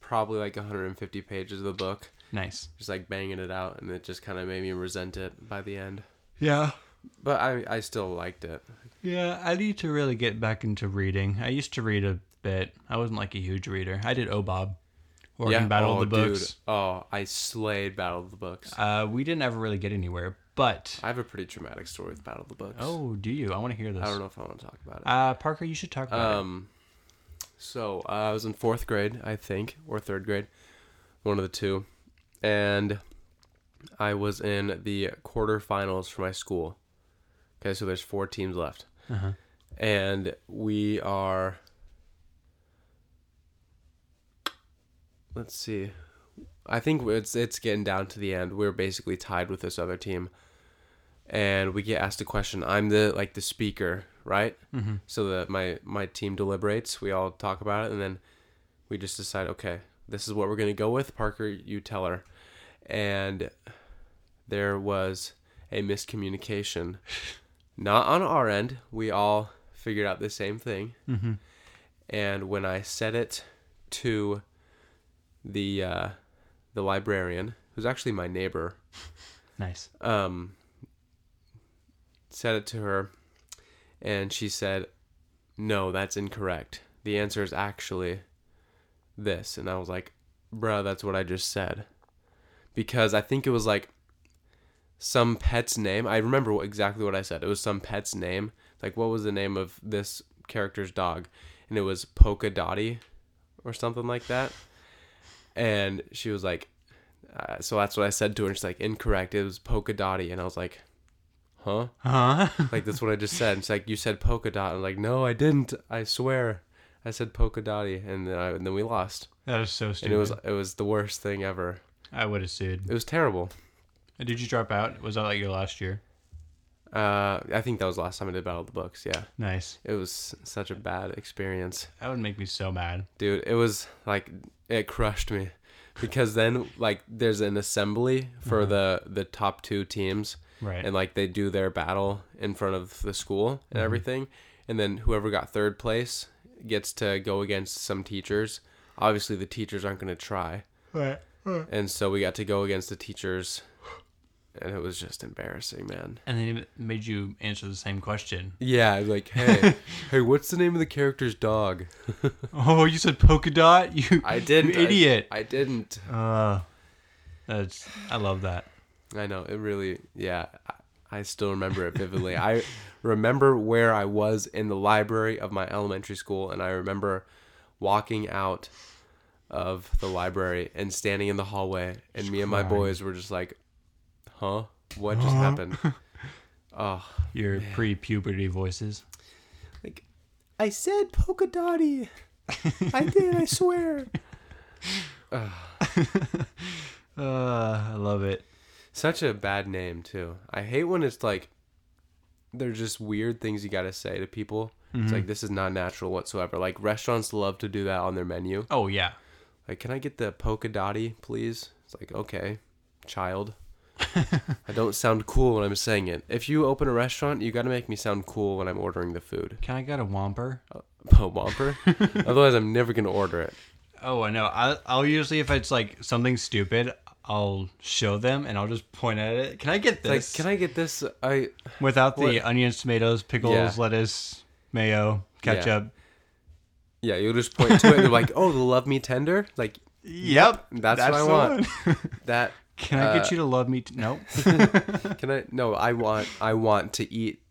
[SPEAKER 2] probably like 150 pages of the book,
[SPEAKER 1] nice.
[SPEAKER 2] just like banging it out, and it just kind of made me resent it by the end.
[SPEAKER 1] Yeah.
[SPEAKER 2] But I I still liked it.
[SPEAKER 1] Yeah, I need to really get back into reading. I used to read a bit. I wasn't like a huge reader. I did OBOB, Oregon Battle
[SPEAKER 2] oh,
[SPEAKER 1] of the
[SPEAKER 2] dude.
[SPEAKER 1] Books.
[SPEAKER 2] Oh, I slayed Battle of the Books.
[SPEAKER 1] Uh, we didn't ever really get anywhere, but
[SPEAKER 2] I have a pretty traumatic story with Battle of the Books.
[SPEAKER 1] oh, do you? I want to hear this.
[SPEAKER 2] I don't know if I want to talk about it.
[SPEAKER 1] Uh, Parker, you should talk about
[SPEAKER 2] Um, so uh, I was in fourth grade, I think, or third grade, one of the two, and I was in the quarterfinals for my school. Okay, so there's four teams left,
[SPEAKER 1] it. Uh-huh.
[SPEAKER 2] and we are. Let's see. I think it's it's getting down to the end. We're basically tied with this other team, and we get asked a question. I'm the like the speaker, right? Mm-hmm. So that my my team deliberates. We all talk about it, and then we just decide. Okay, this is what we're gonna go with. Parker, you tell her. And there was a miscommunication, not on our end. We all figured out the same thing,
[SPEAKER 1] Mhm.
[SPEAKER 2] and when I said it to the uh, the librarian, who's actually my neighbor,
[SPEAKER 1] Nice.
[SPEAKER 2] um, said it to her, and she said, "No, that's incorrect. The answer is actually this." And I was like, "Bruh, that's what I just said," because I think it was like some pet's name. I remember what, exactly what I said. It was some pet's name. Like, what was the name of this character's dog? And it was Polka Dotty or something like that. and she was like, uh, so that's what I said to her. And she's like, incorrect. It was polka dotty. And I was like, huh?
[SPEAKER 1] Huh?
[SPEAKER 2] Like that's what I just said. And she's like, you said polka dot. I'm like, no, I didn't. I swear, I said polka dotty. And then, I, and then we lost.
[SPEAKER 1] that is so
[SPEAKER 2] And
[SPEAKER 1] stupid.
[SPEAKER 2] it was it was the worst thing ever.
[SPEAKER 1] I would have sued.
[SPEAKER 2] It was terrible.
[SPEAKER 1] Did you drop out? Was that like your last year?
[SPEAKER 2] Uh, I think that was the last time I did Battle of the Books. Yeah,
[SPEAKER 1] Nice.
[SPEAKER 2] it was such a bad experience.
[SPEAKER 1] That would make me so mad.
[SPEAKER 2] dude it was like it crushed me because then like there's an assembly for the the top two teams
[SPEAKER 1] Right.
[SPEAKER 2] and like they do their battle in front of the school and everything and then whoever got third place gets to go against some teachers obviously the teachers aren't going to try
[SPEAKER 1] Right.
[SPEAKER 2] and so we got to go against the teachers and it was just embarrassing man
[SPEAKER 1] And then it made you answer the same question.
[SPEAKER 2] yeah like hey hey what's the name of the character's dog
[SPEAKER 1] Oh, you said polka dot? You,
[SPEAKER 2] i didn't
[SPEAKER 1] you idiot.
[SPEAKER 2] I, I didn't
[SPEAKER 1] Uh, that's I love that.
[SPEAKER 2] I know it really. Yeah, I, I still remember it vividly. I remember where I was in the library of my elementary school, and I remember walking out of the library and standing in the hallway, and me and my boys were just like, "Huh? What just happened?" Oh,
[SPEAKER 1] Your pre-puberty voices.
[SPEAKER 2] like I said, polka dotty. I did. I swear.
[SPEAKER 1] Uh, I love it.
[SPEAKER 2] Such a bad name too. I hate when it's like they're just weird things you gotta say to people.
[SPEAKER 1] Mm-hmm.
[SPEAKER 2] It's like this is not natural whatsoever. Like restaurants love to do that on their menu.
[SPEAKER 1] Oh yeah.
[SPEAKER 2] Like, can I get the polka dotty, please? It's like, okay, child. I don't sound cool when I'm saying it. If you open a restaurant, you gotta make me sound cool when I'm ordering the food.
[SPEAKER 1] Can I get a whomper?
[SPEAKER 2] Po Womper. Otherwise I'm never gonna order it.
[SPEAKER 1] Oh, I know. I, I'll usually if it's like something stupid, I'll show them and I'll just point at it. Can I get
[SPEAKER 2] Like,
[SPEAKER 1] this?
[SPEAKER 2] can I get this I
[SPEAKER 1] Without the
[SPEAKER 2] What?
[SPEAKER 1] onions, tomatoes, pickles,
[SPEAKER 2] Yeah.
[SPEAKER 1] lettuce, mayo, ketchup.
[SPEAKER 2] Yeah, you'll just point to it and you're like, Oh, the love me tender? Like
[SPEAKER 1] Yep.
[SPEAKER 2] That's what I
[SPEAKER 1] the
[SPEAKER 2] want.
[SPEAKER 1] one.
[SPEAKER 2] that
[SPEAKER 1] Can I
[SPEAKER 2] Uh,
[SPEAKER 1] get you to love me? T- nope.
[SPEAKER 2] Can I? No, I want. I want to eat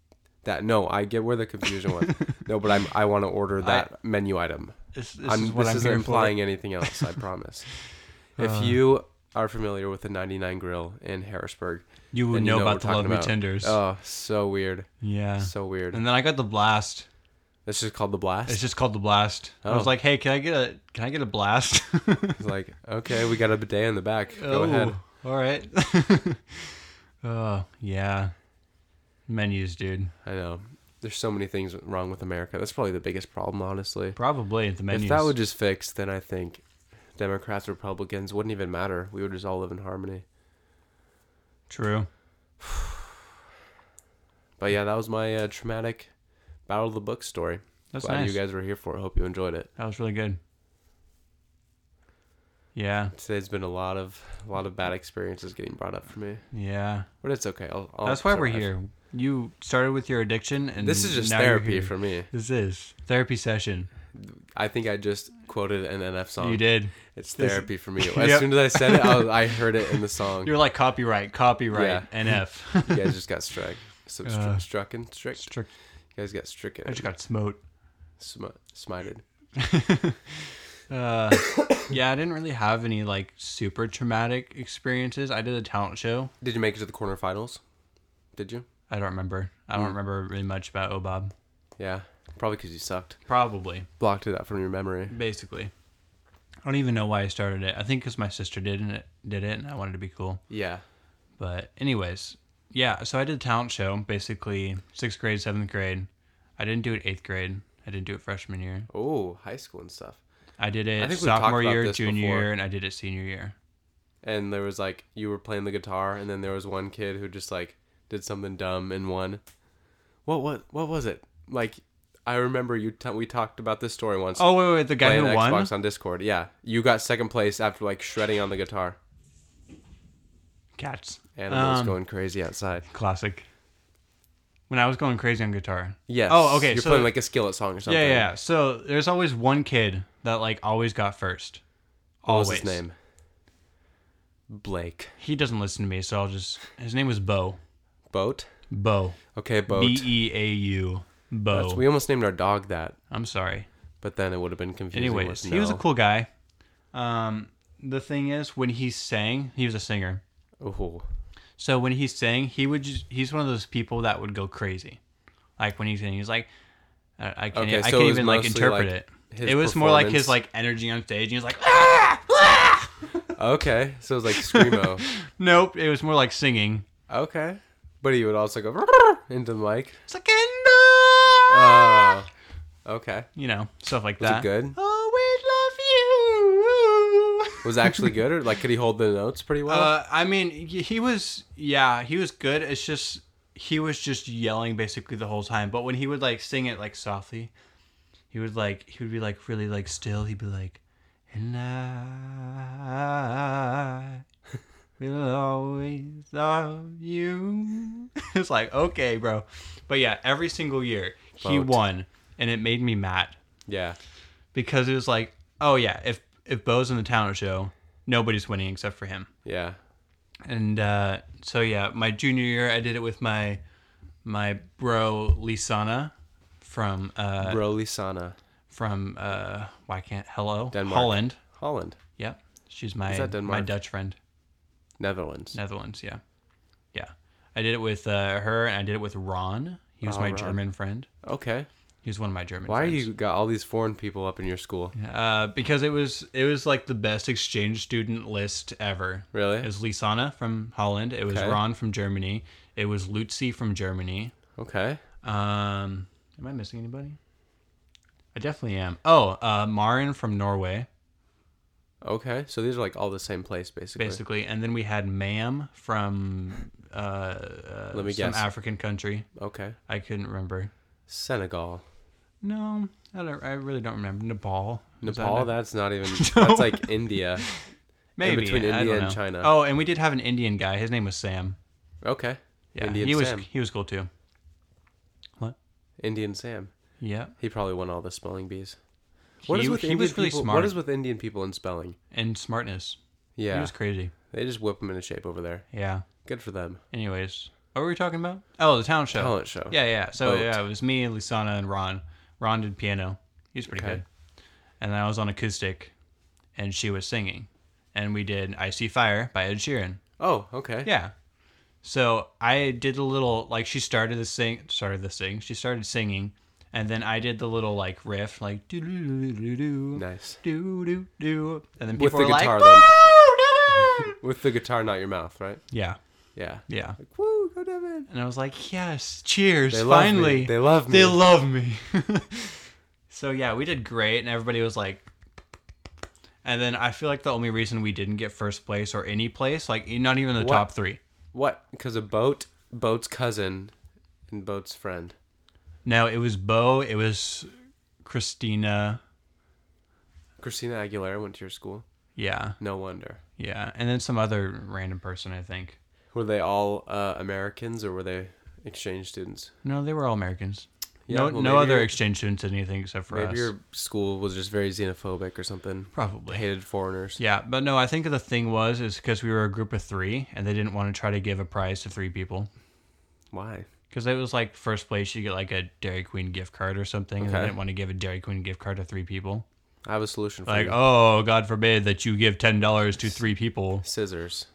[SPEAKER 2] that. No, I get where the confusion was. No, but I'm. I want to order that menu item.
[SPEAKER 1] This, this
[SPEAKER 2] I'm.
[SPEAKER 1] is what
[SPEAKER 2] this
[SPEAKER 1] I'm
[SPEAKER 2] isn't
[SPEAKER 1] here Uh.
[SPEAKER 2] implying anything else. I promise. if you are familiar with the 99 Grill in Harrisburg,
[SPEAKER 1] for. You would
[SPEAKER 2] then
[SPEAKER 1] know, about
[SPEAKER 2] what
[SPEAKER 1] the
[SPEAKER 2] we're
[SPEAKER 1] love
[SPEAKER 2] talking
[SPEAKER 1] me tenders.
[SPEAKER 2] Oh, so weird.
[SPEAKER 1] yeah.
[SPEAKER 2] So weird.
[SPEAKER 1] And then I got the blast.
[SPEAKER 2] It's just called the blast.
[SPEAKER 1] It's
[SPEAKER 2] It's
[SPEAKER 1] just called the blast. I
[SPEAKER 2] Oh.
[SPEAKER 1] was like, hey, can I get a can I get a blast?
[SPEAKER 2] like, okay, we got a bidet in the back. Go ahead.
[SPEAKER 1] All right. oh yeah. Menus, dude.
[SPEAKER 2] I know. There's so many things wrong with America. That's probably the biggest problem, honestly.
[SPEAKER 1] Probably the menus.
[SPEAKER 2] If that would just fix, then I think Democrats, Republicans wouldn't even matter. We would just all live in harmony.
[SPEAKER 1] True.
[SPEAKER 2] But yeah, that was my uh, traumatic Battle of the Book story.
[SPEAKER 1] That's
[SPEAKER 2] Glad
[SPEAKER 1] nice.
[SPEAKER 2] you guys were here for it. Hope you enjoyed it.
[SPEAKER 1] That was really good. Yeah.
[SPEAKER 2] Today's been a lot of a lot of bad experiences getting brought up for me,
[SPEAKER 1] Yeah.
[SPEAKER 2] but it's okay. I'll, I'll
[SPEAKER 1] That's why we're
[SPEAKER 2] survive.
[SPEAKER 1] here. You started with your addiction, and
[SPEAKER 2] Oh, This is just
[SPEAKER 1] now you're
[SPEAKER 2] therapy
[SPEAKER 1] here.
[SPEAKER 2] for me.
[SPEAKER 1] This is therapy session.
[SPEAKER 2] I think I just quoted an NF song.
[SPEAKER 1] You did.
[SPEAKER 2] It's
[SPEAKER 1] This-
[SPEAKER 2] therapy for me. As
[SPEAKER 1] Yep.
[SPEAKER 2] soon as I said it, I, was- I heard it in the song.
[SPEAKER 1] You're like copyright, copyright, NF.
[SPEAKER 2] You guys just got struck. So, stru-
[SPEAKER 1] Uh,
[SPEAKER 2] struck and strick.
[SPEAKER 1] Strict.
[SPEAKER 2] You guys got stricken.
[SPEAKER 1] I just got smote.
[SPEAKER 2] Sm- smited.
[SPEAKER 1] Uh, yeah, I didn't really have any like super traumatic experiences. I did a talent show.
[SPEAKER 2] Did you make it to the quarterfinals? Did you?
[SPEAKER 1] I don't remember. I don't remember really much about Obob.
[SPEAKER 2] Yeah, probably because you sucked.
[SPEAKER 1] Probably,
[SPEAKER 2] Blocked it out from your memory.
[SPEAKER 1] basically. I don't even know why I started it. I think because my sister did and it did it, and I wanted to be cool.
[SPEAKER 2] Yeah.
[SPEAKER 1] But anyways, yeah. So I did a talent show, basically sixth grade, seventh grade. I didn't do it eighth grade. I didn't do it freshman year.
[SPEAKER 2] Oh, high school and stuff.
[SPEAKER 1] I did it
[SPEAKER 2] I think we've talked
[SPEAKER 1] sophomore
[SPEAKER 2] about
[SPEAKER 1] year,
[SPEAKER 2] this
[SPEAKER 1] junior
[SPEAKER 2] before.
[SPEAKER 1] year, and I did it senior year.
[SPEAKER 2] And there was like you were playing the guitar, and then there was one kid who just like did something dumb and won. What what what was it? Like I remember you t- we talked about this story once.
[SPEAKER 1] Oh wait, wait, the guy
[SPEAKER 2] playing
[SPEAKER 1] who won.
[SPEAKER 2] Xbox on Discord. Yeah, you got second place after like shredding on the guitar.
[SPEAKER 1] Cats.
[SPEAKER 2] Animals
[SPEAKER 1] Um,
[SPEAKER 2] going crazy outside.
[SPEAKER 1] Classic. When I was going crazy on guitar.
[SPEAKER 2] Yes.
[SPEAKER 1] Oh, okay.
[SPEAKER 2] You're
[SPEAKER 1] so
[SPEAKER 2] playing like a skillet song or something.
[SPEAKER 1] yeah, yeah. So there's always one kid that like always got first.
[SPEAKER 2] What
[SPEAKER 1] Always.
[SPEAKER 2] was his name? Blake.
[SPEAKER 1] He doesn't listen to me, so I'll just. His name was Bo.
[SPEAKER 2] Boat.
[SPEAKER 1] Bo.
[SPEAKER 2] Okay, boat.
[SPEAKER 1] B e a u. Bo.
[SPEAKER 2] That's- we almost named our dog that,
[SPEAKER 1] I'm sorry.
[SPEAKER 2] but then it would have been confusing.
[SPEAKER 1] Anyways,
[SPEAKER 2] with
[SPEAKER 1] he was a
[SPEAKER 2] no.
[SPEAKER 1] cool guy. Um, the thing is, when he sang, he was a singer.
[SPEAKER 2] Oh,
[SPEAKER 1] So when he sang, he would just, he's one of those people that would go crazy. Like when he sang, he's like, I, I can't,
[SPEAKER 2] Okay,
[SPEAKER 1] I
[SPEAKER 2] so it
[SPEAKER 1] can't
[SPEAKER 2] was
[SPEAKER 1] even like
[SPEAKER 2] mostly,
[SPEAKER 1] interpret
[SPEAKER 2] like,
[SPEAKER 1] it.
[SPEAKER 2] his
[SPEAKER 1] It was more like his
[SPEAKER 2] performance.
[SPEAKER 1] like energy on stage. And he was like, ah, ah!
[SPEAKER 2] okay. So it was like screamo.
[SPEAKER 1] Nope. It was more like singing.
[SPEAKER 2] okay, but he would also go into the mic.
[SPEAKER 1] It's like, "And, ah!"
[SPEAKER 2] Oh, okay.
[SPEAKER 1] you know, stuff like
[SPEAKER 2] Was it
[SPEAKER 1] that.
[SPEAKER 2] good?
[SPEAKER 1] Oh, we love you.
[SPEAKER 2] Was it actually good, or like could he hold the notes pretty well?
[SPEAKER 1] Uh, I mean, y- he was, yeah, he was good. It's just he was just yelling basically the whole time. But when he would like sing it like softly, he would like he would be like really like still. He'd be like, and I will always love you. it's like okay, bro. But yeah, every single year he
[SPEAKER 2] Vote.
[SPEAKER 1] won, and it made me mad
[SPEAKER 2] yeah.
[SPEAKER 1] because it was like, oh yeah, if if Bo's in the talent show, nobody's winning except for him
[SPEAKER 2] Yeah.
[SPEAKER 1] and uh, so yeah, my junior year I did it with my my bro Lisana from uh,
[SPEAKER 2] Broly Sana.
[SPEAKER 1] from uh, why can't hello
[SPEAKER 2] Denmark.
[SPEAKER 1] Holland.
[SPEAKER 2] Holland.
[SPEAKER 1] Yep, she's my
[SPEAKER 2] that Denmark?
[SPEAKER 1] my Dutch friend.
[SPEAKER 2] Netherlands.
[SPEAKER 1] Netherlands, yeah, yeah. I did it with uh, her, and I did it with Ron. He was
[SPEAKER 2] Oh,
[SPEAKER 1] my
[SPEAKER 2] Ron.
[SPEAKER 1] German friend.
[SPEAKER 2] Okay.
[SPEAKER 1] He was one of my German.
[SPEAKER 2] Why
[SPEAKER 1] friends.
[SPEAKER 2] you got all these foreign people up in your school?
[SPEAKER 1] Uh, because it was it was like the best exchange student list ever.
[SPEAKER 2] Really?
[SPEAKER 1] It was Lisana from Holland. It was
[SPEAKER 2] Okay.
[SPEAKER 1] Ron from Germany. It was Lutzi from Germany.
[SPEAKER 2] Okay.
[SPEAKER 1] Um, am I missing anybody? I definitely am. Oh, uh, Marin from Norway,
[SPEAKER 2] Okay. So these are like all the same place, basically.
[SPEAKER 1] basically, and then we had Mam from uh, uh,
[SPEAKER 2] Let me
[SPEAKER 1] some
[SPEAKER 2] guess.
[SPEAKER 1] African country.
[SPEAKER 2] Okay.
[SPEAKER 1] I couldn't remember.
[SPEAKER 2] Senegal.
[SPEAKER 1] No, I don't. I really don't remember. Nepal. Was that
[SPEAKER 2] Nepal.
[SPEAKER 1] Ne-
[SPEAKER 2] that's not even.
[SPEAKER 1] No.
[SPEAKER 2] That's like India.
[SPEAKER 1] Maybe
[SPEAKER 2] between
[SPEAKER 1] I don't
[SPEAKER 2] India and
[SPEAKER 1] know.
[SPEAKER 2] China.
[SPEAKER 1] Oh, and we did have an Indian guy. His name was Sam.
[SPEAKER 2] Okay.
[SPEAKER 1] Yeah,
[SPEAKER 2] Indian
[SPEAKER 1] he was
[SPEAKER 2] Sam.
[SPEAKER 1] he was cool too. What?
[SPEAKER 2] Indian Sam.
[SPEAKER 1] Yeah,
[SPEAKER 2] He probably won all the spelling bees. What
[SPEAKER 1] he,
[SPEAKER 2] is with
[SPEAKER 1] he
[SPEAKER 2] Indian
[SPEAKER 1] was really
[SPEAKER 2] people,
[SPEAKER 1] smart
[SPEAKER 2] What is with Indian people in spelling?
[SPEAKER 1] and smartness.
[SPEAKER 2] Yeah.
[SPEAKER 1] He was crazy.
[SPEAKER 2] they just whip them into shape over there.
[SPEAKER 1] Yeah.
[SPEAKER 2] Good for them.
[SPEAKER 1] Anyways, what were we talking about? Oh, the talent show.
[SPEAKER 2] Talent show.
[SPEAKER 1] Yeah, yeah. So
[SPEAKER 2] Boat.
[SPEAKER 1] yeah, it was me, Lisana, and Ron. Ron did piano. He was pretty
[SPEAKER 2] Okay.
[SPEAKER 1] good. And then I was on acoustic, and she was singing, and we did "I See Fire" by Ed Sheeran.
[SPEAKER 2] Oh, okay.
[SPEAKER 1] Yeah. So I did a little like she started the sing started the sing she started singing, and then I did the little like riff like do do do do
[SPEAKER 2] Nice.
[SPEAKER 1] do do do, and then people
[SPEAKER 2] With
[SPEAKER 1] were
[SPEAKER 2] the guitar,
[SPEAKER 1] like,
[SPEAKER 2] then.
[SPEAKER 1] "Woo, Devin!"
[SPEAKER 2] With the guitar, not your mouth, right?
[SPEAKER 1] yeah,
[SPEAKER 2] Yeah.
[SPEAKER 1] yeah.
[SPEAKER 2] Like, woo, go Devin.
[SPEAKER 1] And I was like, yes, cheers,
[SPEAKER 2] They love me.
[SPEAKER 1] finally.
[SPEAKER 2] They love me.
[SPEAKER 1] They love me. so yeah, we did great and everybody was like and then I feel like the only reason we didn't get first place or any place, like e, not even the
[SPEAKER 2] What?
[SPEAKER 1] top three.
[SPEAKER 2] What? Because a boat, boat's cousin, and boat's friend.
[SPEAKER 1] No, it was Bo, it was Christina.
[SPEAKER 2] Christina Aguilera went to your school.
[SPEAKER 1] Yeah,
[SPEAKER 2] No wonder.
[SPEAKER 1] yeah. And then some other random person, I think.
[SPEAKER 2] Were they all uh, Americans or were they exchange students?
[SPEAKER 1] No, they were all Americans.
[SPEAKER 2] Yeah,
[SPEAKER 1] no
[SPEAKER 2] well,
[SPEAKER 1] no
[SPEAKER 2] maybe
[SPEAKER 1] other
[SPEAKER 2] your-
[SPEAKER 1] exchange students did anything except for
[SPEAKER 2] Maybe
[SPEAKER 1] us.
[SPEAKER 2] your school was just very xenophobic or something.
[SPEAKER 1] Probably.
[SPEAKER 2] Hated foreigners.
[SPEAKER 1] Yeah, but no, I think the thing was is because we were a group of three, and they didn't want to try to give a prize to three people
[SPEAKER 2] Why?
[SPEAKER 1] because it was like first place you get like a Dairy Queen gift card or something, and they
[SPEAKER 2] Okay.
[SPEAKER 1] didn't want to give a Dairy Queen gift card to three people.
[SPEAKER 2] I have a solution for
[SPEAKER 1] Like,
[SPEAKER 2] you.
[SPEAKER 1] oh, God forbid that you give ten dollars to three people.
[SPEAKER 2] Scissors.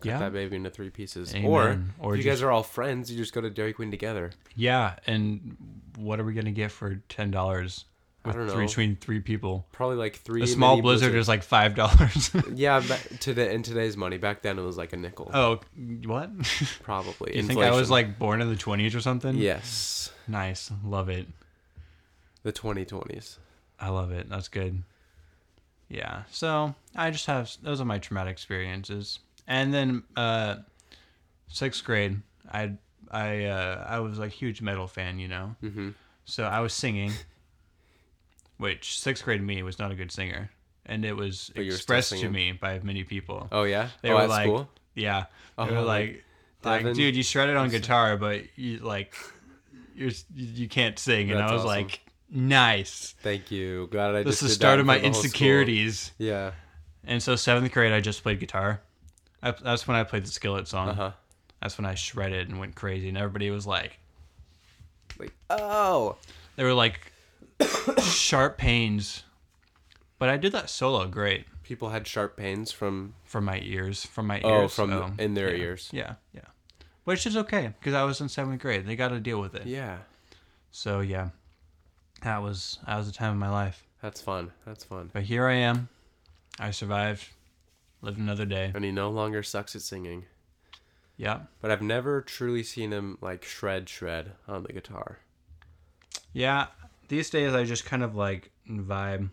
[SPEAKER 2] Cut
[SPEAKER 1] Yeah.
[SPEAKER 2] that baby into three pieces.
[SPEAKER 1] Amen.
[SPEAKER 2] Or,
[SPEAKER 1] Or
[SPEAKER 2] if you guys
[SPEAKER 1] just-
[SPEAKER 2] are all friends, you just go to Dairy Queen together.
[SPEAKER 1] Yeah, and what are we gonna get for ten dollars
[SPEAKER 2] I don't know.
[SPEAKER 1] between three people?
[SPEAKER 2] Probably like three.
[SPEAKER 1] A small
[SPEAKER 2] mini
[SPEAKER 1] blizzard, is like five dollars.
[SPEAKER 2] Yeah, ba- today in today's money, back then it was like a nickel.
[SPEAKER 1] oh, what?
[SPEAKER 2] probably.
[SPEAKER 1] you think I was
[SPEAKER 2] Inflation.
[SPEAKER 1] like born in the twenties or something?
[SPEAKER 2] Yes,
[SPEAKER 1] Nice, love it.
[SPEAKER 2] the 2020s.
[SPEAKER 1] I love it. That's good. Yeah. So I just have those are my traumatic experiences. And then uh, sixth grade, I I uh, I was a huge metal fan, you know. Mm-hmm. So I was singing, which sixth grade me was not a good singer, and it was
[SPEAKER 2] you were still
[SPEAKER 1] expressed to
[SPEAKER 2] singing.
[SPEAKER 1] me by many people.
[SPEAKER 2] Oh yeah,
[SPEAKER 1] They
[SPEAKER 2] oh,
[SPEAKER 1] were
[SPEAKER 2] at
[SPEAKER 1] like,
[SPEAKER 2] school?
[SPEAKER 1] yeah, they
[SPEAKER 2] Oh,
[SPEAKER 1] were like, like,
[SPEAKER 2] Devin-
[SPEAKER 1] dude, you shredded on guitar, but you like, you're s- you can't sing, and
[SPEAKER 2] That's
[SPEAKER 1] I was
[SPEAKER 2] awesome.
[SPEAKER 1] like, nice.
[SPEAKER 2] Thank you. Glad I.
[SPEAKER 1] This
[SPEAKER 2] just
[SPEAKER 1] is the
[SPEAKER 2] did
[SPEAKER 1] start
[SPEAKER 2] that
[SPEAKER 1] of my
[SPEAKER 2] for the whole school.
[SPEAKER 1] insecurities.
[SPEAKER 2] Yeah.
[SPEAKER 1] And so seventh grade, I just played guitar. I, that's when I played the Skillet song.
[SPEAKER 2] Uh huh.
[SPEAKER 1] That's when I shredded and went crazy, and everybody was like,
[SPEAKER 2] Like oh,
[SPEAKER 1] they were like sharp pains. But I did that solo great.
[SPEAKER 2] P- people had sharp pains from
[SPEAKER 1] from my ears, from my ears.
[SPEAKER 2] oh from
[SPEAKER 1] so,
[SPEAKER 2] in their
[SPEAKER 1] yeah.
[SPEAKER 2] ears.
[SPEAKER 1] Yeah, yeah. Which is okay because I was in seventh grade. They got to deal with it.
[SPEAKER 2] Yeah,
[SPEAKER 1] So yeah, that was that was the time of my life.
[SPEAKER 2] that's fun. That's fun.
[SPEAKER 1] But here I am. I survived. Lived another day.
[SPEAKER 2] And he no longer sucks at singing.
[SPEAKER 1] Yeah,
[SPEAKER 2] But I've never truly seen him like shred shred on the guitar.
[SPEAKER 1] yeah. These days I just kind of like vibe.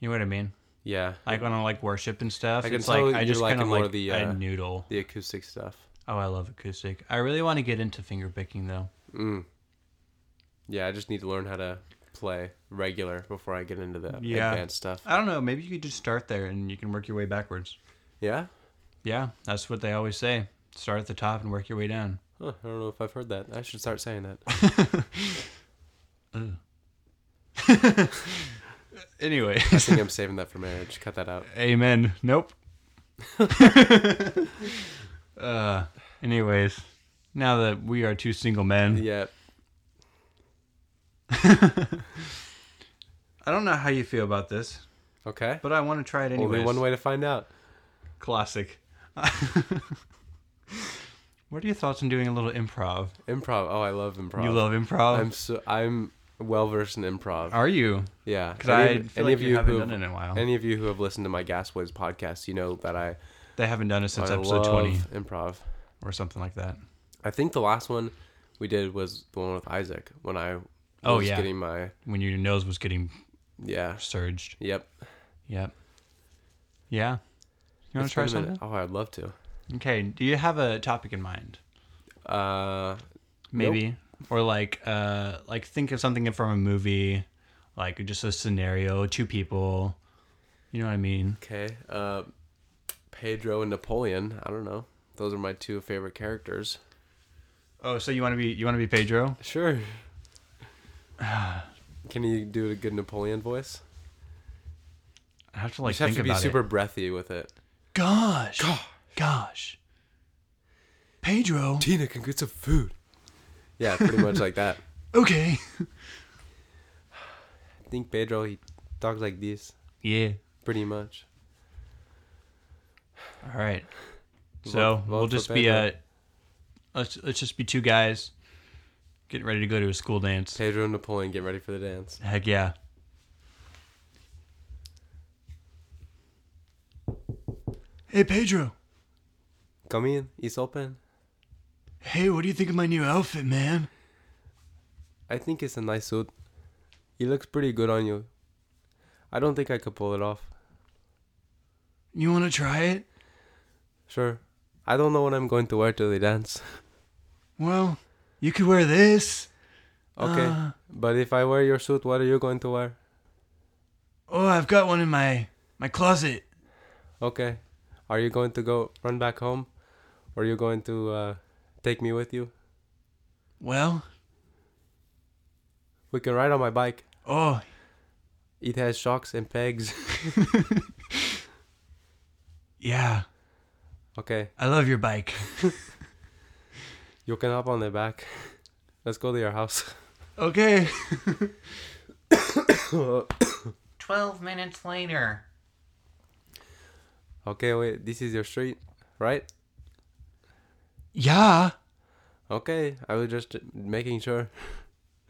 [SPEAKER 1] You know what I mean?
[SPEAKER 2] Yeah,
[SPEAKER 1] Like when I like worship and stuff,
[SPEAKER 2] I can
[SPEAKER 1] it's
[SPEAKER 2] tell
[SPEAKER 1] like I
[SPEAKER 2] you're
[SPEAKER 1] just kind
[SPEAKER 2] liking
[SPEAKER 1] of
[SPEAKER 2] more
[SPEAKER 1] like
[SPEAKER 2] of the,
[SPEAKER 1] I
[SPEAKER 2] uh,
[SPEAKER 1] noodle.
[SPEAKER 2] the acoustic stuff.
[SPEAKER 1] Oh, I love acoustic. I really want to get into finger picking though.
[SPEAKER 2] Mm. Yeah, I just need to learn how to play regular before I get into the
[SPEAKER 1] Yeah.
[SPEAKER 2] advanced stuff.
[SPEAKER 1] I don't know. Maybe you could just start there and you can work your way backwards.
[SPEAKER 2] Yeah,
[SPEAKER 1] Yeah, that's what they always say. Start at the top and work your way down.
[SPEAKER 2] Huh, I don't know if I've heard that. I should start saying that.
[SPEAKER 1] Anyway,
[SPEAKER 2] I think I'm saving that for marriage. Cut that out.
[SPEAKER 1] amen. Nope. uh, anyways, now that we are two single men,
[SPEAKER 2] Yeah,
[SPEAKER 1] I don't know how you feel about this,
[SPEAKER 2] Okay.
[SPEAKER 1] but I want to try it anyways.
[SPEAKER 2] Only one way to find out.
[SPEAKER 1] Classic. what are your thoughts on doing a little improv?
[SPEAKER 2] Improv. Oh, I love improv.
[SPEAKER 1] You love improv?
[SPEAKER 2] I'm so I'm well versed in improv.
[SPEAKER 1] Are you?
[SPEAKER 2] Yeah.
[SPEAKER 1] Because Uh, I
[SPEAKER 2] Any-
[SPEAKER 1] feel
[SPEAKER 2] any
[SPEAKER 1] like you, haven't
[SPEAKER 2] who
[SPEAKER 1] done it in a while.
[SPEAKER 2] any of you who have listened to my Gasways podcast, you know that I
[SPEAKER 1] they haven't done it since
[SPEAKER 2] I
[SPEAKER 1] episode
[SPEAKER 2] love
[SPEAKER 1] 20
[SPEAKER 2] improv.
[SPEAKER 1] or something like that.
[SPEAKER 2] I think the last one we did was the one with Isaac when I was
[SPEAKER 1] Oh, yeah.
[SPEAKER 2] getting my
[SPEAKER 1] When your nose was getting
[SPEAKER 2] yeah
[SPEAKER 1] surged.
[SPEAKER 2] yep.
[SPEAKER 1] Yep. Yeah. You want to
[SPEAKER 2] It's
[SPEAKER 1] try
[SPEAKER 2] been a minute.
[SPEAKER 1] something?
[SPEAKER 2] Oh, I'd love to.
[SPEAKER 1] Okay. Do you have a topic in mind?
[SPEAKER 2] Uh,
[SPEAKER 1] Maybe. Or like, uh, like think of something from a movie, like just a scenario, two people. You know what I mean?
[SPEAKER 2] okay. Uh, Pedro and Napoleon. I don't know. Those are my two favorite characters.
[SPEAKER 1] Oh, so you want to be you want to be Pedro?
[SPEAKER 2] Sure. Can you do a good Napoleon voice?
[SPEAKER 1] I have to like
[SPEAKER 2] you just have
[SPEAKER 1] think
[SPEAKER 2] to be
[SPEAKER 1] about
[SPEAKER 2] super
[SPEAKER 1] it.
[SPEAKER 2] breathy with it.
[SPEAKER 1] Gosh. Gosh. Gosh. Pedro.
[SPEAKER 2] Tina can get some food. Yeah, pretty much like that.
[SPEAKER 1] Okay.
[SPEAKER 2] I think Pedro he talks like this,
[SPEAKER 1] Yeah.
[SPEAKER 2] pretty much.
[SPEAKER 1] All right. So
[SPEAKER 2] Vote- vote
[SPEAKER 1] we'll
[SPEAKER 2] for
[SPEAKER 1] just be
[SPEAKER 2] Pedro.
[SPEAKER 1] a let's let's just be two guys getting ready to go to a school dance.
[SPEAKER 2] Pedro and Napoleon get ready for the dance.
[SPEAKER 1] Heck yeah. Hey Pedro.
[SPEAKER 2] Come in, it's open.
[SPEAKER 1] Hey, what do you think of my new outfit, man?
[SPEAKER 2] I think it's a nice suit. It looks pretty good on you. I don't think I could pull it off.
[SPEAKER 1] You want to try it?
[SPEAKER 2] Sure. I don't know what I'm going to wear to the dance.
[SPEAKER 1] Well, you could wear this.
[SPEAKER 2] Okay.
[SPEAKER 1] Uh.
[SPEAKER 2] But if I wear your suit, what are you going to wear?
[SPEAKER 1] Oh, I've got one in my my closet.
[SPEAKER 2] Okay. Are you going to go run back home? Or are you going to uh, take me with you?
[SPEAKER 1] Well,
[SPEAKER 2] We can ride on my bike.
[SPEAKER 1] oh,
[SPEAKER 2] It has shocks and pegs.
[SPEAKER 1] yeah.
[SPEAKER 2] okay.
[SPEAKER 1] I love your bike.
[SPEAKER 2] You can hop on the back. Let's go to your house.
[SPEAKER 1] Okay.
[SPEAKER 3] 12 minutes later.
[SPEAKER 2] okay, wait. This is your street, right?
[SPEAKER 1] Yeah.
[SPEAKER 2] Okay. I was just making sure.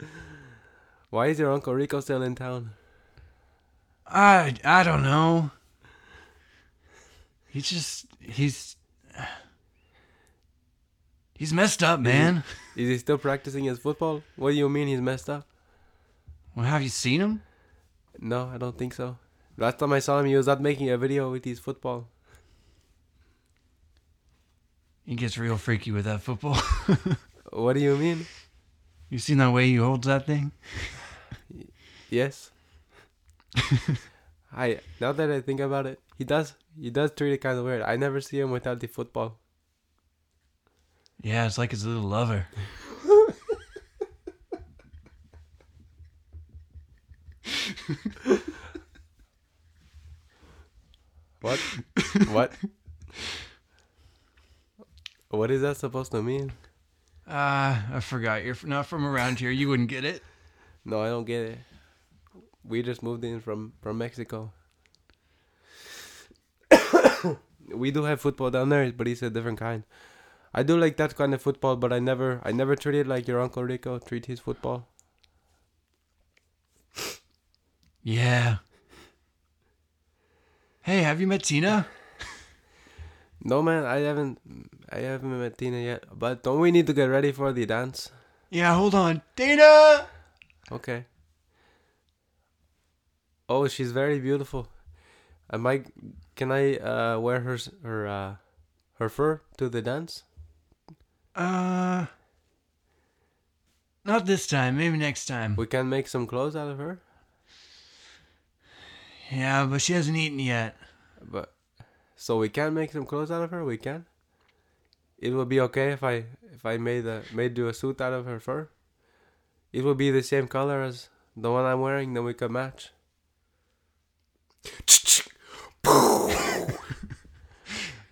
[SPEAKER 2] Why is your Uncle Rico still in town?
[SPEAKER 1] I I don't know. He's just he's he's messed up, man.
[SPEAKER 2] Is he still practicing his football? What do you mean he's messed up?
[SPEAKER 1] Well, have you seen him?
[SPEAKER 2] No, I don't think so. Last time I saw him, he was out making a video with his football.
[SPEAKER 1] He gets real freaky with that football.
[SPEAKER 2] What do you mean?
[SPEAKER 1] you seen that way he holds that thing?
[SPEAKER 2] Yes. I now that I think about it, he does he does treat it kind of weird. I never see him without the football.
[SPEAKER 1] Yeah, it's like his little lover.
[SPEAKER 2] What? what? What is that supposed to mean?
[SPEAKER 1] Uh, I forgot. You're f- not from around here. You wouldn't get it.
[SPEAKER 2] No, I don't get it. We just moved in from from Mexico. we do have football down there, but it's a different kind. I do like that kind of football, but I never, I never treat it like your uncle Rico treat his football.
[SPEAKER 1] Yeah. Hey, have you met Tina?
[SPEAKER 2] No man, I haven't, I haven't met Tina yet. But don't we need to get ready for the dance?
[SPEAKER 1] Yeah, hold on. Tina!
[SPEAKER 2] Okay. Oh, she's very beautiful. I might. Can I uh, wear her s- her uh, her fur to the dance?
[SPEAKER 1] Uh. Not this time, maybe next time.
[SPEAKER 2] We can make some clothes out of her.
[SPEAKER 1] Yeah, but she hasn't eaten yet.
[SPEAKER 2] But so we can make some clothes out of her. We can. It will be okay if I if I made a made do a suit out of her fur. It will be the same color as the one I'm wearing. Then we could match.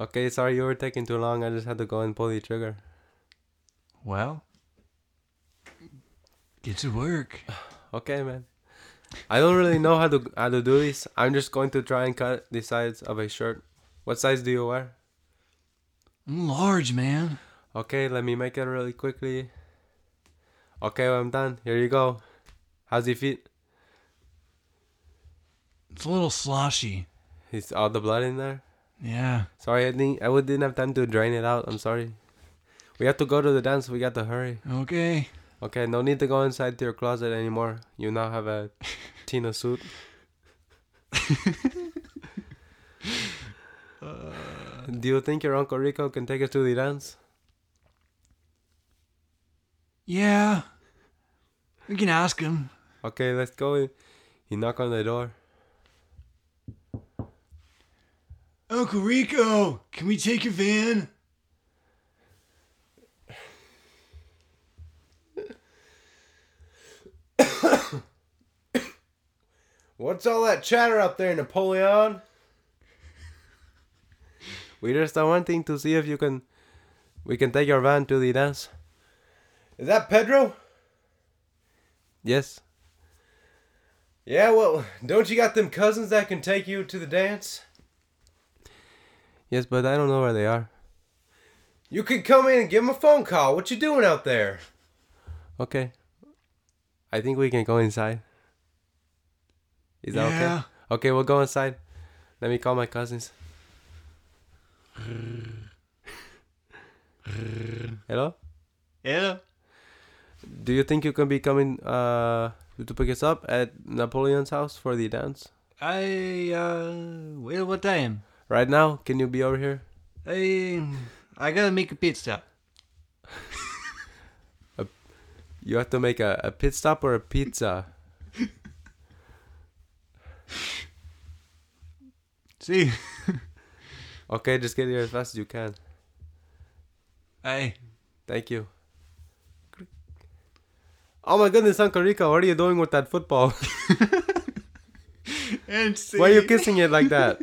[SPEAKER 2] okay, sorry you were taking too long. I just had to go and pull the trigger.
[SPEAKER 1] Well, get to work.
[SPEAKER 2] Okay, man. I don't really know how to how to do this. I'm just going to try and cut the sides of a shirt. What size do you wear?
[SPEAKER 1] I'm large, man.
[SPEAKER 2] Okay, let me make it really quickly. Okay, I'm done. Here you go. How's your feet?
[SPEAKER 1] It's a little sloshy.
[SPEAKER 2] Is all the blood in there?
[SPEAKER 1] Yeah.
[SPEAKER 2] Sorry, I didn't. I would- didn't have time to drain it out. I'm sorry. We have to go to the dance. We got to hurry.
[SPEAKER 1] Okay.
[SPEAKER 2] Okay, no need to go inside to your closet anymore. You now have a Tina suit. Do you think your Uncle Rico can take us to the dance?
[SPEAKER 1] Yeah. We can ask him.
[SPEAKER 2] Okay, let's go. He knock on the door.
[SPEAKER 1] Uncle Rico, can we take your van?
[SPEAKER 2] What's all that chatter up there, Napoleon? we just are wanting to see if you can, we can take your van to the dance. Is that Pedro? Yes. Yeah, well, don't you got them cousins that can take you to the dance? Yes, but I don't know where they are. You can come in and give them a phone call. What you doing out there? Okay. I think we can go inside. Is that okay?
[SPEAKER 1] Yeah.
[SPEAKER 2] Okay, we'll go inside. Let me call my cousins. Hello?
[SPEAKER 1] Yeah.
[SPEAKER 2] Do you think you can be coming uh, to pick us up at Napoleon's house for the dance?
[SPEAKER 1] I uh well what time?
[SPEAKER 2] Right now, can you be over here?
[SPEAKER 1] I um, I gotta make a pit stop.
[SPEAKER 2] You have to make a, a pit stop or a pizza.
[SPEAKER 1] See.
[SPEAKER 2] Okay, just get here as fast as you can.
[SPEAKER 1] I
[SPEAKER 2] Thank you. Oh my goodness, Uncle Rico, what are you doing with that football?
[SPEAKER 1] and see.
[SPEAKER 2] Why are you kissing it like that?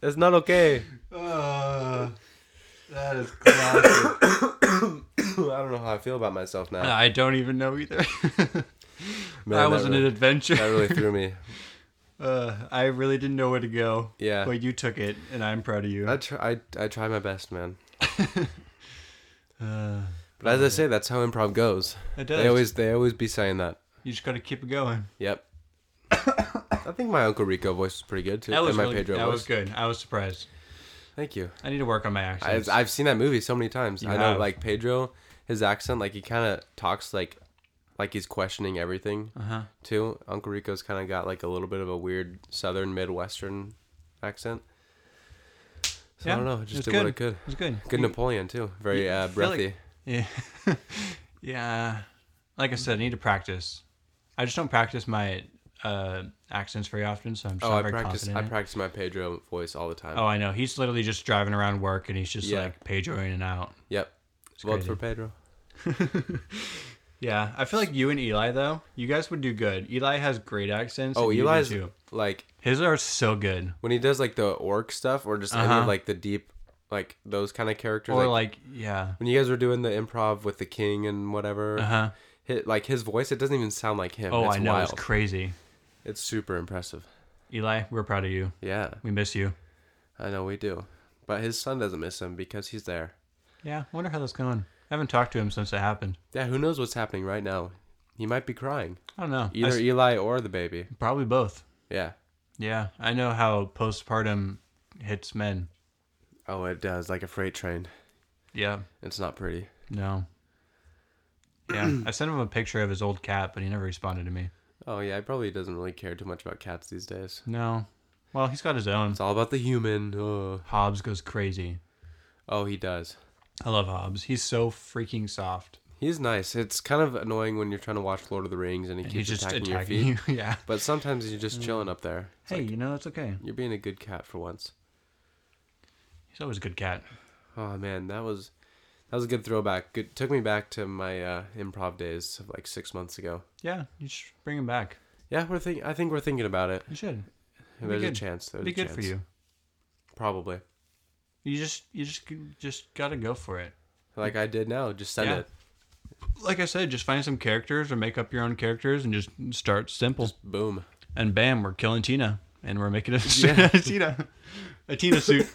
[SPEAKER 2] That's not okay.
[SPEAKER 1] Uh, that is classic.
[SPEAKER 2] I don't know how I feel about myself now.
[SPEAKER 1] I don't even know either.
[SPEAKER 2] Man,
[SPEAKER 1] that wasn't
[SPEAKER 2] really,
[SPEAKER 1] an adventure.
[SPEAKER 2] that really threw me.
[SPEAKER 1] uh, I really didn't know where to go.
[SPEAKER 2] Yeah.
[SPEAKER 1] But you took it, and I'm proud of you.
[SPEAKER 2] I try, I, I try my best, man.
[SPEAKER 1] Uh,
[SPEAKER 2] But as I say, that's how improv goes.
[SPEAKER 1] it does.
[SPEAKER 2] They always they always be saying that.
[SPEAKER 1] you just gotta keep it going.
[SPEAKER 2] Yep. I think my Uncle Rico voice is pretty good too.
[SPEAKER 1] That was
[SPEAKER 2] and my
[SPEAKER 1] really,
[SPEAKER 2] Pedro
[SPEAKER 1] that
[SPEAKER 2] voice.
[SPEAKER 1] was good. I was surprised.
[SPEAKER 2] Thank you.
[SPEAKER 1] I need to work on my accents.
[SPEAKER 2] I've, I've seen that movie so many times.
[SPEAKER 1] You
[SPEAKER 2] I know
[SPEAKER 1] have.
[SPEAKER 2] like Pedro, his accent, like he kind of talks like like he's questioning everything
[SPEAKER 1] uh-huh.
[SPEAKER 2] too. Uncle Rico's kind of got like a little bit of a weird southern midwestern accent. So I
[SPEAKER 1] Yeah,
[SPEAKER 2] don't know. I
[SPEAKER 1] it
[SPEAKER 2] Just
[SPEAKER 1] was
[SPEAKER 2] did
[SPEAKER 1] good.
[SPEAKER 2] what I could.
[SPEAKER 1] It was good.
[SPEAKER 2] Good Napoleon too. Very uh,
[SPEAKER 1] feel like-
[SPEAKER 2] breathy.
[SPEAKER 1] Yeah. yeah. Like I said, I need to practice. I just don't practice my uh, accents very often, so I'm just
[SPEAKER 2] oh,
[SPEAKER 1] not
[SPEAKER 2] I
[SPEAKER 1] very
[SPEAKER 2] practice.
[SPEAKER 1] confident.
[SPEAKER 2] I
[SPEAKER 1] in it.
[SPEAKER 2] practice my Pedro voice all the time.
[SPEAKER 1] oh, I know. He's literally just driving around work, and he's just
[SPEAKER 2] Yeah.
[SPEAKER 1] like Pedro in and out.
[SPEAKER 2] Yep.
[SPEAKER 1] It's
[SPEAKER 2] Vote
[SPEAKER 1] crazy.
[SPEAKER 2] for Pedro.
[SPEAKER 1] Yeah, I feel like you and Eli though, you guys would do good. Eli has great accents.
[SPEAKER 2] Oh,
[SPEAKER 1] and you do
[SPEAKER 2] Eli's
[SPEAKER 1] too.
[SPEAKER 2] like
[SPEAKER 1] His are so good.
[SPEAKER 2] when he does like the orc stuff or just any
[SPEAKER 1] Uh-huh.
[SPEAKER 2] of like the deep like those kind of characters
[SPEAKER 1] Or like,
[SPEAKER 2] like,
[SPEAKER 1] yeah,
[SPEAKER 2] when you guys were doing the improv with the king and whatever
[SPEAKER 1] uh huh.
[SPEAKER 2] hit, like his voice it doesn't even sound like him
[SPEAKER 1] Oh,
[SPEAKER 2] it's
[SPEAKER 1] I know,
[SPEAKER 2] wild.
[SPEAKER 1] it's crazy.
[SPEAKER 2] it's super impressive
[SPEAKER 1] Eli, we're proud of you.
[SPEAKER 2] yeah
[SPEAKER 1] We miss you.
[SPEAKER 2] i know we do But his son doesn't miss him because he's there.
[SPEAKER 1] Yeah, I wonder how that's going. I haven't talked to him since it happened.
[SPEAKER 2] Yeah, who knows what's happening right now? He might be crying.
[SPEAKER 1] I don't know. I
[SPEAKER 2] Either
[SPEAKER 1] s-
[SPEAKER 2] Eli or the baby.
[SPEAKER 1] probably both.
[SPEAKER 2] Yeah.
[SPEAKER 1] Yeah, I know how postpartum hits men.
[SPEAKER 2] Oh, it does like a freight train.
[SPEAKER 1] Yeah,
[SPEAKER 2] It's not pretty.
[SPEAKER 1] no. Yeah, I sent him a picture of his old cat, but he never responded to me.
[SPEAKER 2] Oh yeah, he probably doesn't really care too much about cats these days.
[SPEAKER 1] No. Well, he's got his own.
[SPEAKER 2] It's all about the human. Ugh.
[SPEAKER 1] Hobbs goes crazy.
[SPEAKER 2] Oh, he does.
[SPEAKER 1] I love Hobbs. He's so freaking soft.
[SPEAKER 2] He's nice. It's kind of annoying when you're trying to watch Lord of the Rings and he
[SPEAKER 1] And
[SPEAKER 2] keeps
[SPEAKER 1] he's just
[SPEAKER 2] attacking,
[SPEAKER 1] attacking,
[SPEAKER 2] your feet.
[SPEAKER 1] you. Mm. yeah.
[SPEAKER 2] But sometimes you're just chilling up there. It's
[SPEAKER 1] Hey,
[SPEAKER 2] like,
[SPEAKER 1] you know, it's okay.
[SPEAKER 2] you're being a good cat for once.
[SPEAKER 1] He's always a good cat.
[SPEAKER 2] Oh man, that was that was a good throwback. Good took me back to my uh, improv days of like six months ago.
[SPEAKER 1] Yeah, you should bring him back.
[SPEAKER 2] Yeah, we're think I think we're thinking about it.
[SPEAKER 1] You should. It'd be
[SPEAKER 2] There's a
[SPEAKER 1] good.
[SPEAKER 2] chance. There's
[SPEAKER 1] It'd be
[SPEAKER 2] a
[SPEAKER 1] good
[SPEAKER 2] chance.
[SPEAKER 1] for you.
[SPEAKER 2] Probably.
[SPEAKER 1] You just, you just, just gotta go for it.
[SPEAKER 2] Like I did now, just send
[SPEAKER 1] Yeah.
[SPEAKER 2] it.
[SPEAKER 1] Like I said, just find some characters or make up your own characters and just start simple.
[SPEAKER 2] Boom.
[SPEAKER 1] and bam, we're killing Tina, and we're making a Tina, a Tina suit.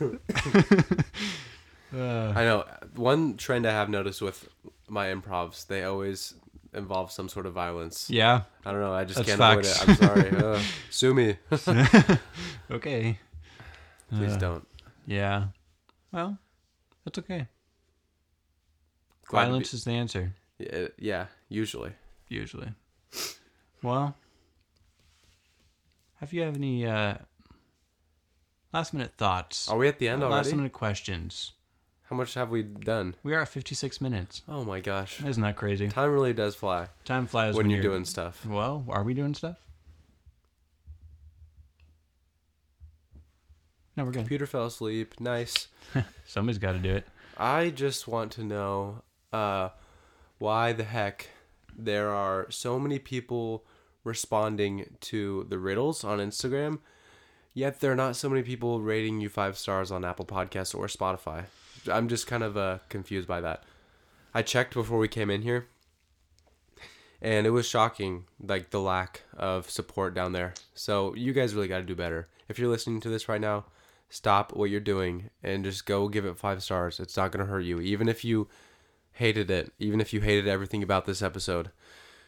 [SPEAKER 1] uh,
[SPEAKER 2] I know. One trend I have noticed with my improvs, they always involve some sort of violence.
[SPEAKER 1] yeah.
[SPEAKER 2] I don't know. I just
[SPEAKER 1] That's
[SPEAKER 2] can't
[SPEAKER 1] facts.
[SPEAKER 2] avoid it. I'm sorry. Ugh. sue me.
[SPEAKER 1] Okay.
[SPEAKER 2] Please
[SPEAKER 1] Uh,
[SPEAKER 2] don't.
[SPEAKER 1] Yeah. Well, that's okay.
[SPEAKER 2] Glad to
[SPEAKER 1] Violence is the answer
[SPEAKER 2] be- Yeah, yeah, usually.
[SPEAKER 1] usually. Well, have you have any uh, last minute thoughts?
[SPEAKER 2] Are we at the end
[SPEAKER 1] last
[SPEAKER 2] already?
[SPEAKER 1] minute questions?
[SPEAKER 2] How much have we done?
[SPEAKER 1] We are at fifty six minutes.
[SPEAKER 2] Oh my gosh.
[SPEAKER 1] Isn't that crazy?
[SPEAKER 2] Time really does fly
[SPEAKER 1] Time flies
[SPEAKER 2] when you're doing stuff.
[SPEAKER 1] Well, are we doing stuff? No, we're good.
[SPEAKER 2] Computer fell asleep. Nice.
[SPEAKER 1] Somebody's got to do it.
[SPEAKER 2] I just want to know uh, why the heck there are so many people responding to the riddles on Instagram, yet there are not so many people rating you five stars on Apple Podcasts or Spotify. I'm just kind of uh, confused by that. I checked before we came in here, and it was shocking, like the lack of support down there. So you guys really got to do better. If you're listening to this right now, stop what you're doing and just go give it five stars. It's not going to hurt you, even if you hated it, even if you hated everything about this episode.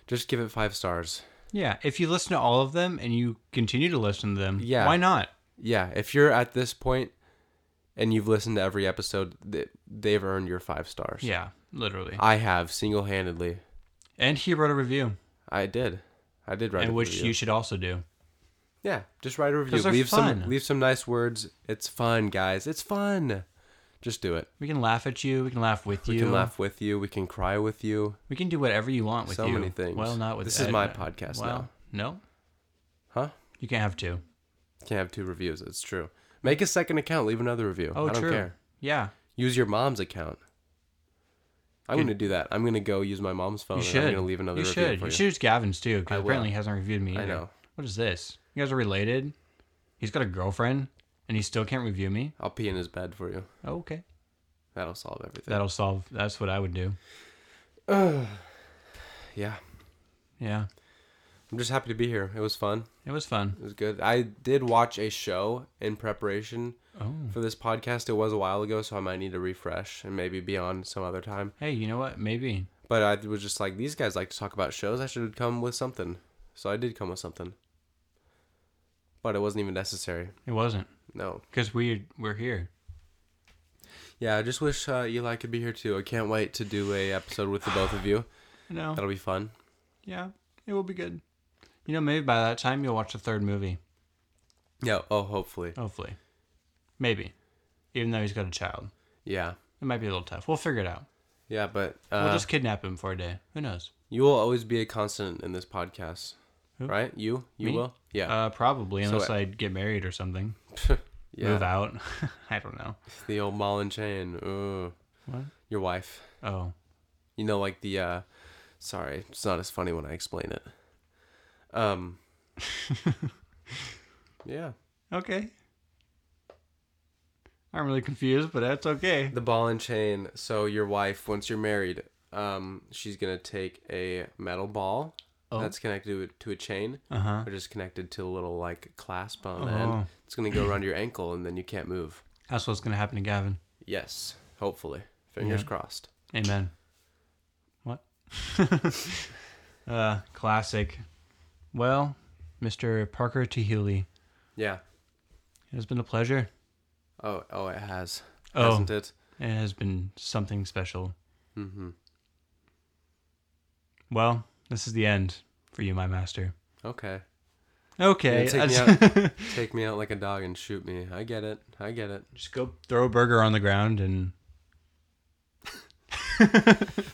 [SPEAKER 2] Just give it five stars.
[SPEAKER 1] Yeah, if you listen to all of them and you continue to listen to them,
[SPEAKER 2] Yeah.
[SPEAKER 1] why not?
[SPEAKER 2] Yeah, if you're at this point and you've listened to every episode, th- they've earned your five stars.
[SPEAKER 1] Yeah, literally.
[SPEAKER 2] I have single handedly.
[SPEAKER 1] And he wrote a review,
[SPEAKER 2] I did. I did write
[SPEAKER 1] and
[SPEAKER 2] a
[SPEAKER 1] which
[SPEAKER 2] review.
[SPEAKER 1] you should also do.
[SPEAKER 2] Yeah, just write a review.
[SPEAKER 1] 'Cause they're
[SPEAKER 2] Leave some
[SPEAKER 1] fun.
[SPEAKER 2] leave some nice words. It's fun, guys. It's fun. Just do it.
[SPEAKER 1] We can laugh at you. We can laugh with
[SPEAKER 2] We
[SPEAKER 1] you.
[SPEAKER 2] can laugh with you. We can cry with you.
[SPEAKER 1] We can do whatever you want with
[SPEAKER 2] So
[SPEAKER 1] you.
[SPEAKER 2] many things.
[SPEAKER 1] Well, not with
[SPEAKER 2] This is my podcast
[SPEAKER 1] well, now. No,
[SPEAKER 2] Huh?
[SPEAKER 1] you can't have two.
[SPEAKER 2] Can't have two reviews. It's true. Make a second account. Leave another review.
[SPEAKER 1] Oh,
[SPEAKER 2] I don't
[SPEAKER 1] true.
[SPEAKER 2] care.
[SPEAKER 1] Yeah,
[SPEAKER 2] Use your mom's account. I'm
[SPEAKER 1] Good.
[SPEAKER 2] gonna do that. I'm gonna go use my mom's phone.
[SPEAKER 1] you
[SPEAKER 2] and Oh, I'm
[SPEAKER 1] should.
[SPEAKER 2] gonna leave another
[SPEAKER 1] you
[SPEAKER 2] review
[SPEAKER 1] should.
[SPEAKER 2] for you.
[SPEAKER 1] should use Gavin's too,
[SPEAKER 2] I
[SPEAKER 1] because
[SPEAKER 2] will.
[SPEAKER 1] apparently he hasn't reviewed me.
[SPEAKER 2] I
[SPEAKER 1] Either.
[SPEAKER 2] know.
[SPEAKER 1] What is this? You guys are related? He's got a girlfriend and he still can't review me?
[SPEAKER 2] I'll pee in his bed for you.
[SPEAKER 1] Oh, okay.
[SPEAKER 2] That'll solve everything.
[SPEAKER 1] That'll solve. That's what I would do.
[SPEAKER 2] yeah.
[SPEAKER 1] Yeah.
[SPEAKER 2] I'm just happy to be here. It was fun.
[SPEAKER 1] It was fun.
[SPEAKER 2] It was good. I did watch a show in preparation
[SPEAKER 1] Oh.
[SPEAKER 2] for this podcast. It was a while ago, so I might need to refresh and maybe be on some other time.
[SPEAKER 1] Hey, you know what? Maybe.
[SPEAKER 2] But I was just like, these guys like to talk about shows. I should come with something. So I did come with something. But it wasn't even necessary.
[SPEAKER 1] It wasn't.
[SPEAKER 2] No.
[SPEAKER 1] Because we, we're here.
[SPEAKER 2] Yeah, I just wish uh, Eli could be here too. I can't wait to do a episode with the both of you.
[SPEAKER 1] No.
[SPEAKER 2] That'll be fun.
[SPEAKER 1] Yeah. It will be good. You know, maybe by that time you'll watch the third movie.
[SPEAKER 2] Yeah. Oh, hopefully.
[SPEAKER 1] Hopefully. Maybe. Even though he's got a child.
[SPEAKER 2] Yeah.
[SPEAKER 1] It might be a little tough. We'll figure it out.
[SPEAKER 2] Yeah, but uh,
[SPEAKER 1] we'll just kidnap him for a day. Who knows?
[SPEAKER 2] you will always be a constant in this podcast, right? You, you
[SPEAKER 1] Me?
[SPEAKER 2] will. Yeah.
[SPEAKER 1] Uh, probably, unless
[SPEAKER 2] uh,
[SPEAKER 1] I get married or something.
[SPEAKER 2] yeah.
[SPEAKER 1] Move out. I don't know.
[SPEAKER 2] The old Mullen chain. Ooh.
[SPEAKER 1] What?
[SPEAKER 2] Your wife.
[SPEAKER 1] Oh.
[SPEAKER 2] You know, like the. uh Sorry, it's not as funny when I explain it. Um. yeah,
[SPEAKER 1] Okay. I'm really confused, but that's okay.
[SPEAKER 2] the ball and chain. So your wife, once you're married, um, she's gonna take a metal ball
[SPEAKER 1] Oh.
[SPEAKER 2] that's connected to a, to a chain,
[SPEAKER 1] Uh huh.
[SPEAKER 2] or just connected to a little like clasp
[SPEAKER 1] Oh.
[SPEAKER 2] on end. It's gonna go around your ankle, and then you can't move.
[SPEAKER 1] That's what's going to happen to Gavin.
[SPEAKER 2] Yes, hopefully. Fingers
[SPEAKER 1] Yeah.
[SPEAKER 2] crossed.
[SPEAKER 1] Amen. What? uh, classic. Well, Mr. Parker Tahili,
[SPEAKER 2] Yeah.
[SPEAKER 1] it has been a pleasure.
[SPEAKER 2] Oh, oh, it has,
[SPEAKER 1] Oh.
[SPEAKER 2] hasn't it?
[SPEAKER 1] It has been something special.
[SPEAKER 2] Mm-hmm.
[SPEAKER 1] Well, this is the end for you, my master.
[SPEAKER 2] Okay.
[SPEAKER 1] Okay.
[SPEAKER 2] Yeah, take me
[SPEAKER 1] that's-
[SPEAKER 2] Take me out like a dog and shoot me. I get it. I get it.
[SPEAKER 1] Just go throw a burger on the ground and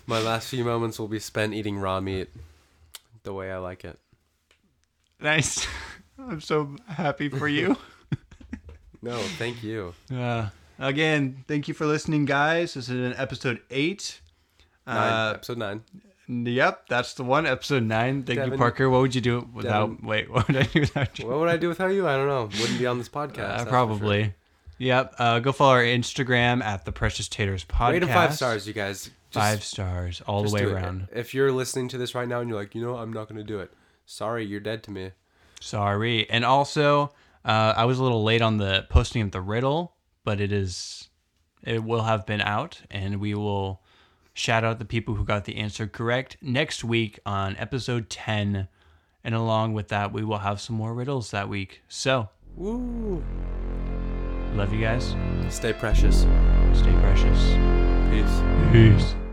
[SPEAKER 2] My last few moments will be spent eating raw meat, the way I like it.
[SPEAKER 1] nice. I'm so happy for you.
[SPEAKER 2] No, thank you.
[SPEAKER 1] Uh, again, thank you for listening, guys. This is an episode eight.
[SPEAKER 2] Nine,
[SPEAKER 1] Uh,
[SPEAKER 2] episode nine.
[SPEAKER 1] yep, that's the one. Episode nine. Thank you,
[SPEAKER 2] Devin-
[SPEAKER 1] Parker. What would you do without?
[SPEAKER 2] Devin-
[SPEAKER 1] Wait, what would I do without you?
[SPEAKER 2] What would I do without you? I don't know. Wouldn't be on this podcast. that's
[SPEAKER 1] uh,
[SPEAKER 2] for
[SPEAKER 1] probably.
[SPEAKER 2] sure.
[SPEAKER 1] Yep. Uh, go follow our Instagram at the Precious Taters Podcast.
[SPEAKER 2] Rate of five stars, you guys. Just,
[SPEAKER 1] Five stars all the
[SPEAKER 2] just
[SPEAKER 1] way
[SPEAKER 2] do it.
[SPEAKER 1] around.
[SPEAKER 2] If you're listening to this right now and you're like, you know, what? I'm not going to do it. Sorry, you're dead to me.
[SPEAKER 1] Sorry. And also, uh, I was a little late on the posting of the riddle, but it is, it will have been out, and we will shout out the people who got the answer correct next week on episode 10. And along with that, we will have some more riddles that week. So,
[SPEAKER 2] Woo!
[SPEAKER 1] love you guys.
[SPEAKER 2] Stay precious.
[SPEAKER 1] Stay precious.
[SPEAKER 2] Peace.
[SPEAKER 1] Peace.